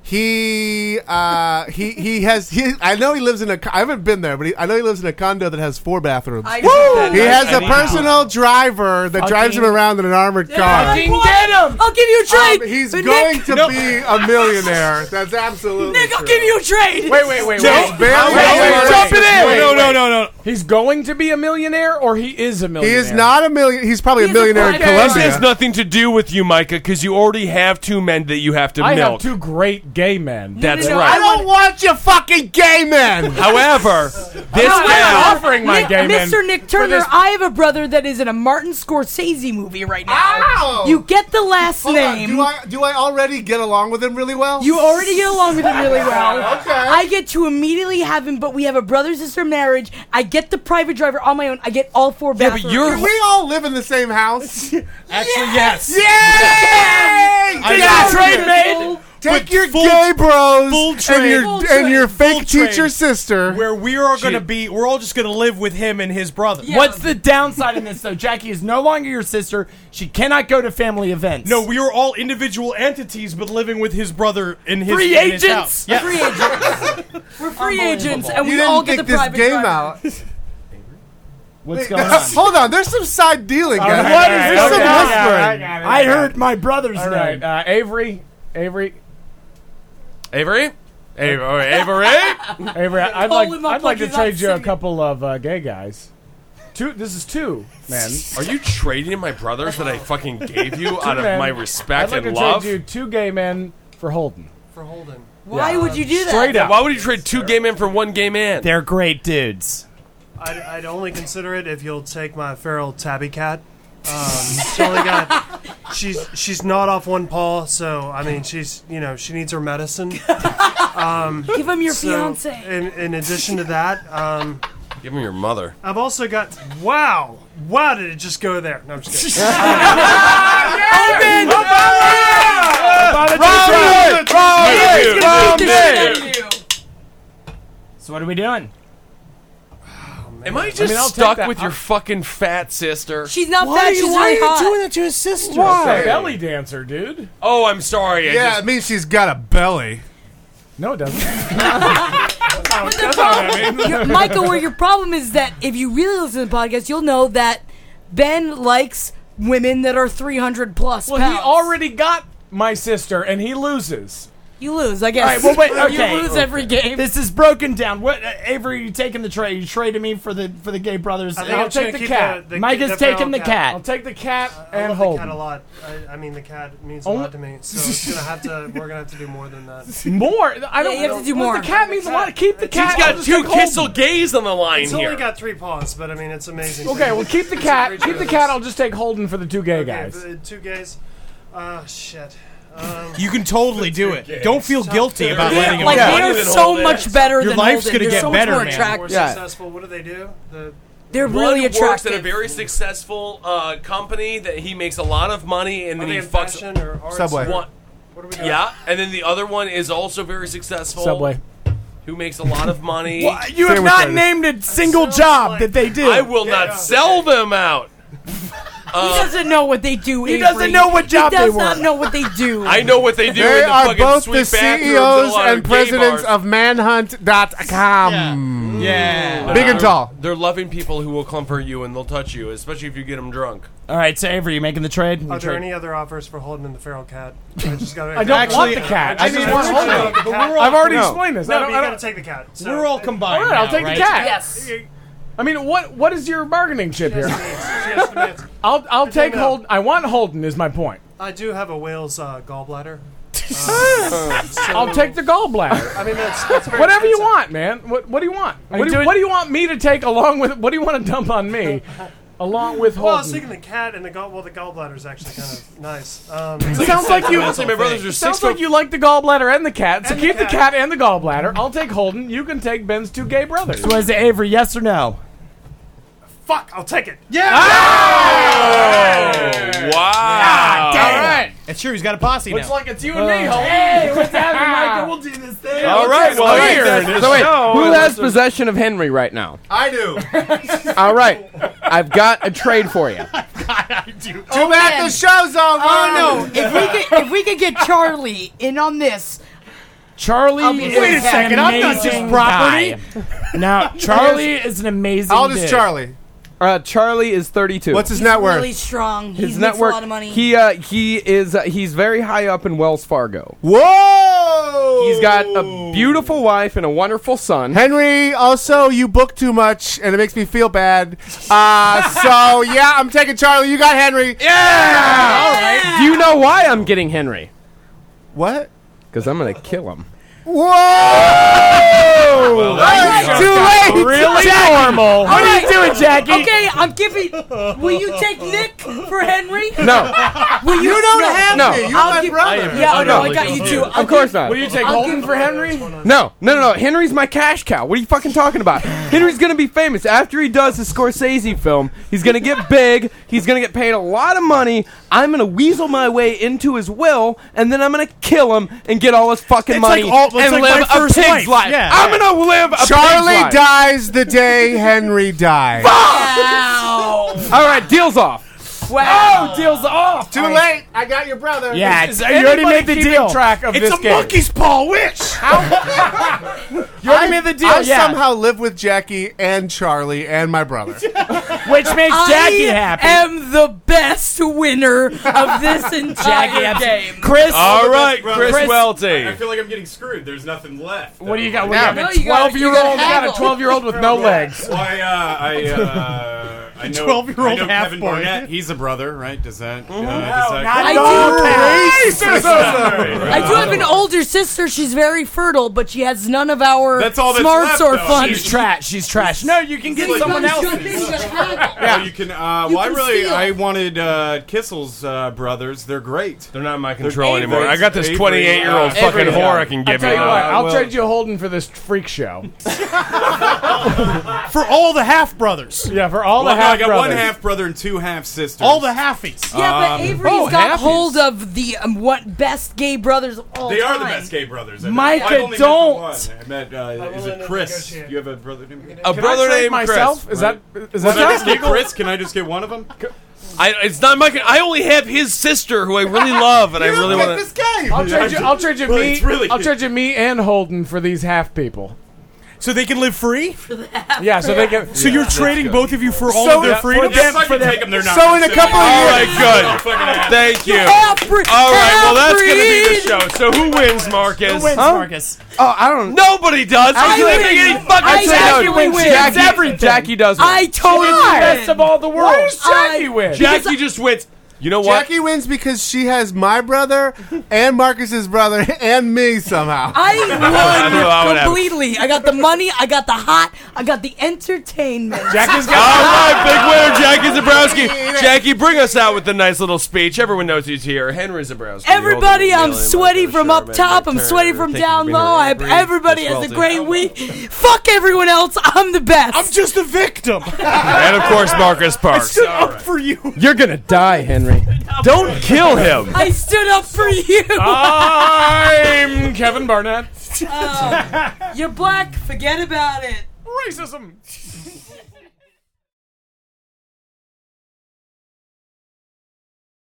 He uh, he he has he. I know he lives in a. co- I haven't been there, but he, I know he lives in a condo that has four bathrooms.
I want
he
him.
has a personal driver that drives him around in an armored car.
I want him. I'll give you a trade.
Um, he's
But
going
Nick,
to be a millionaire. That's absolutely.
Nick, I'll
true.
give you a trade.
Wait, wait, wait,
Just
wait.
barely- wait, wait, wait, wait,
No, no,
wait.
no, no. He's going to be a millionaire, or he is a
He
millionaire.
is not a million. He's probably
He's
a
a
millionaire in
private-
This has
Colombia.
nothing to do with you, Micah, because you already have two men that you have to
I have
milk.
two great gay men.
That's
No, no, no,
right.
I don't want you fucking gay men.
[LAUGHS]
However, this
No, no,
gal-
no.
offering my
Nick,
gay man
Mr. Nick Turner, I have a brother that is in a Martin Scorsese movie right now.
Ow!
You get the last
Hold on,
name.
Do I do I already get along with him really well?
You already get along with him really well.
Okay.
I get to immediately have him, but we have a brother sister marriage. I get the private driver on my own. I get all four
Yeah,
bathrooms.
but you're-
Do we all live in the same house? Yay!
Actually, yes.
[LAUGHS]
I
got trade made.
Take your gay bros
full
and
trade.
your
Full
and your
trade.
fake
Full
teacher
trade.
sister.
Where we are going to be, we're all just going to live with him and his brother.
What's the downside in this though? Jackie is no longer your sister. She cannot go to family events.
No, we are all individual entities, but living with his brother in his
Free
in his house.
agents?
We're free agents. We're free agents, and
you
we
didn't
all get
think
the
this
private
game
driver.
out.
what's going
[LAUGHS]
on?
Hold on, there's some side dealing. guys.
right,
What
all
is
right,
this?
okay,
some
all right,
whispering.
all right, all right.
I heard my brother's
All
name.
right, uh, Avery, Avery,
Avery? Avery? Avery?
[LAUGHS] Avery. I- I'd
Call
like
him up
I'd like to
like he's not
trade you a
singing.
couple of uh, gay guys. Two. This is two men.
Are you trading my brothers that I fucking gave [LAUGHS] you out of
men.
my
I'd
respect
like to
and love?
trade you two gay men for Holden.
for Holden.
Why would you do that?
Straight up.
Why would you trade two gay men for one gay man?
They're great dudes.
I'd, I'd only consider it if you'll take my feral tabby cat. Um, she's only got, she's she's not off one paw, so I mean she's you know she needs her medicine.
Give him your
So,
fiance.
In, in addition to that, um,
Give him your mother.
I've also got wow, wow! Did it just go there? No, I'm just kidding.
Thank you.
Beat the shit out of you.
So what are we doing?
Oh,
Am I
I
just
mean, I'll take
stuck
that.
with your fucking fat sister?
She's not
Why
fat.
are you-
she's
why
really
are you
hot.
doing that to his sister?
Why? Belly
dancer, dude. Oh, I'm sorry. I
yeah,
just-
it means she's got a belly.
No, it doesn't.
The
[LAUGHS]
problem- your- Michael, where your problem is that if you really listen to the podcast, you'll know that Ben likes women that are 300 plus
Well,
pounds.
he already got my sister, and he loses.
you lose, I guess.
All right,
[LAUGHS]
well, wait, okay.
[LAUGHS] You lose every game.
This is broken down. What uh, Avery? You taking the trade? You traded me for the for the gay brothers.
I think I'm gonna keep the- the-
Mike is
the
taking the
feral
cat.
cat.
I'll take the cat
I
and
love
hold.
the cat a lot. I, I mean, the cat means a
Oh.
Only-
lot to me. So it's gonna have to. We're gonna have to do more than that.
More. I don't.
Yeah, you have to do
Well,
more.
The cat means a lot. Keep the
She's
cat.
She's got
I'll just
two
take hold.
Kissel gays on the line
It's
here.
only got three paws, but I mean, it's amazing.
Okay, well keep the
It's a
cat.
creature
Keep the
that's-
cat. I'll just take Holden for the two gay
Okay,
guys.
but, uh, two gays. Ah, shit. Um,
You can totally do it. Don't feel guilty about letting him
like
go.
they're so much better
Your
than
life's
Holden.
gonna
They're
get
so
better,
much more
man.
attractive.
Yeah.
Successful. What do they do? The
They're
One
really
works at a
attractive.
very successful uh, company that he makes a lot of money, and
Are
then
they in
he fucks
fashion or arts
Subway.
One-
What are we doing?
yeah, and then the other one is also very successful.
Subway.
Who makes a lot
[LAUGHS]
of money?
Wha- you have not named a single job that they do.
I will not sell them out.
he
Uh,
doesn't know what they do.
He doesn't
Avery.
know what job
he
they
does not
work.
know what they do.
I know what they do.
They
in the
are
fucking
both
sweet
the
E
bathrooms at a lot
CEOs and
of gay
presidents
bars.
of Manhunt.com.
Yeah.
Big and tall.
They're loving people who will comfort you and they'll touch you, especially if you get them drunk.
All right, so Avery, you making the trade?
Are there
Trade.
any other offers for Holden and the feral cat? I just gotta.
I don't want the cat. I
just
just want
gotta-
Holden.
the cat.
I've already explained this.
No,
I
but
don't,
you
I
gotta
don't-
take the cat. So
We're all
All
combined.
right, I'll
now,
take
right?
the cat.
Yes.
I mean, what what is your bargaining chip here? [LAUGHS] I'll I'll
Pretend
take
it up.
Holden. I want Holden. Is my point.
I do have a whale's uh,
[LAUGHS]
gallbladder. Um,
I'll take the gallbladder.
I mean, that's, that's very
Whatever you
expensive.
want, man. What what do you want?
Are
What
you
do, you,
doing-
what do you want me to take along with? What do you want to dump on me, along with
Well, I was
Holden?
thinking the cat and the gall. Well, the gallbladder's actually kind of nice. Um,
It sounds like you.
Honestly, my brothers are
Sounds
six
like
foot-
you like the gallbladder and the cat. So
And the
keep the
cat.
cat. and the gallbladder. I'll take Holden. You can take Ben's two gay brothers.
So is it Avery? Yes or no?
Fuck, I'll take it.
Yeah.
Wow. All right.
That's true. He's got a posse
Looks
now.
like it's you and me, Holden.
Hey, what's happening, Michael? We'll do this thing.
All right. Well,
Oh, wait,
here.
so wait, who has possession of Henry right now?
I do.
All right, I've got a trade for you.
Too bad
Oh, man.
the show's over.
Oh no! If we could, if we could get Charlie in on this,
Charlie.
I'll be wait a
second, I'm not just property.
Now, Charlie is an amazing.
How old is
dude.
Charlie?
Uh, Charlie is 32.
What's his
he's
net worth?
really strong. He
his
makes
net worth?
a lot of money.
He uh, he is uh, he's very high up in Wells Fargo.
Whoa!
He's got a beautiful wife and a wonderful son.
Henry, also, you book too much, and it makes me feel bad. Uh, so, yeah, I'm taking Charlie. You got Henry.
Yeah! Do you know why I'm getting Henry?
What?
Because I'm gonna kill him.
Whoa!
that's
Too late!
Really
Jackie,
normal.
What are you doing, Jackie?
okay, I'm giving. Will you take Nick for Henry?
No,
Will you,
don't have
No.
me. You're
I'll
my
give-
brother.
Yeah, I know. I
Totally
got you too.
confused.
I'll
of course
give-
not.
Will you take
I'll
Holden
give-
for Henry?
No, no, no, no. Henry's my cash cow. What are you fucking talking
[LAUGHS]
about? Henry's gonna be famous after he does his Scorsese film. He's gonna
[LAUGHS]
get big. He's gonna get paid a lot of money. I'm gonna weasel my way into his will, and then I'm gonna kill him and get all his fucking
It's
money
like all- it's
and
like
live
my first
a pig's
wife.
life.
Yeah.
I'm gonna live a pig's
Charlie
life.
dies the day Henry dies.
[LAUGHS]
Wow!
All right, deals off.
Oh,
Wow!
deals off.
Too late. I got your brother.
Yeah,
Is
it's- you
anybody
already made the
keeping
deal.
Track of this game?
paw witch.
[LAUGHS]
you already
made the deal,
Oh,
I
yeah.
somehow live with Jackie and Charlie and my brother.
Which makes Jackie
I
happy.
am the best winner of this entire game.
Chris.
All right,
Well,
Chris,
Chris- I
Welty.
feel like I'm getting screwed. There's nothing left.
What do you got? We
Now-
have
No,
a
you got- you got
twelve-year-old. We got
haggle.
a twelve-year-old with no legs.
Why? Uh, I. Uh, I know.
12-year-old
I know
half
Kevin
boy.
Barnett. He's a brother, right? Does that? Uh, does that
I
count?
[LAUGHS]
do.
Sorry.
I do have an older sister. She's very fertile, but she has none of our
That's all that's
smarts
left,
or
though.
fun.
She's trash. She's trash. No, you can get
Like-
someone else.
Yeah, you can. Uh, well,
can
I really,
steal.
I wanted uh, Kissel's uh, brothers. They're great.
They're not in my control
Avery's-
anymore. I got this
Avery's-
28 year old
Avery's-
fucking whore I can
I
give
tell you
me.
what, I'll
well-
trade you Holden for this freak show.
for all the half brothers.
Yeah, for all
well, no, I got one half brother and two half sisters.
All the halfies.
Yeah, but
Um,
Avery's
oh,
got
halfies.
hold of the um, what best gay brothers of all
They are the
time.
best gay brothers. I've-
Micah,
I've only met the
don't.
one. I met, uh, is it Chris? You have a brother named Chris?
A
Can
brother
I trade
named
myself?
Chris.
Is
Right.
that is
Was
that
that
just get
legal?
Chris? Can I just get one of them?
I, it's not my. I only have his sister, who I really love, and I really want to.
game.
I'll trade you. I'll trade you
Well,
me.
it's really-
I'll trade you me and Holden for these half people.
So they can live free.
Yeah, so they can.
So you're trading both of you for all
So
of their
yeah, for
freedom.
them- Yes, I for can them. take 'em, they're not So in a considered. couple of
All
years-
right, good. Thank you.
Half-breed-
All right, well that's going to be the
half-breed.
show. So who wins, Marcus?
Who wins,
Huh?
Marcus?
Oh, I don't.
Nobody does.
I
I
win.
not make any fucking
I
sense.
Jackie wins.
It's
Jackie-
everything. Uh,
Jackie does win. I
totally
She is the
win.
best of
all the world.
Why does Jackie
I-
win?
Jackie just wins. You know what?
Jackie wins because she has my brother and Marcus's brother [LAUGHS] and me somehow.
I won completely. I got the money. I got the hot. I got the entertainment. Uh,
Jackie's
All right, big winner, Jackie Zabrowski. Jackie, bring us out with a nice little speech. Everyone knows he's here. Henry Zabrowski.
Everybody,
Holden
I'm
McMillan,
sweaty
Michael
from
Sherman,
up top.
Nick
I'm
Turner,
sweaty from
thank you
down
for
low.
being here.
I
Bree,
everybody
Chris
has a
Welty.
great week. Fuck everyone else. I'm the best. I'm
just a victim.
And of course, Marcus Parks.
up for you.
You're gonna die, Henry.
Don't kill him.
I stood up for you.
I'm Kevin Barnett.
Um, Oh, you're black. Forget about it.
Racism.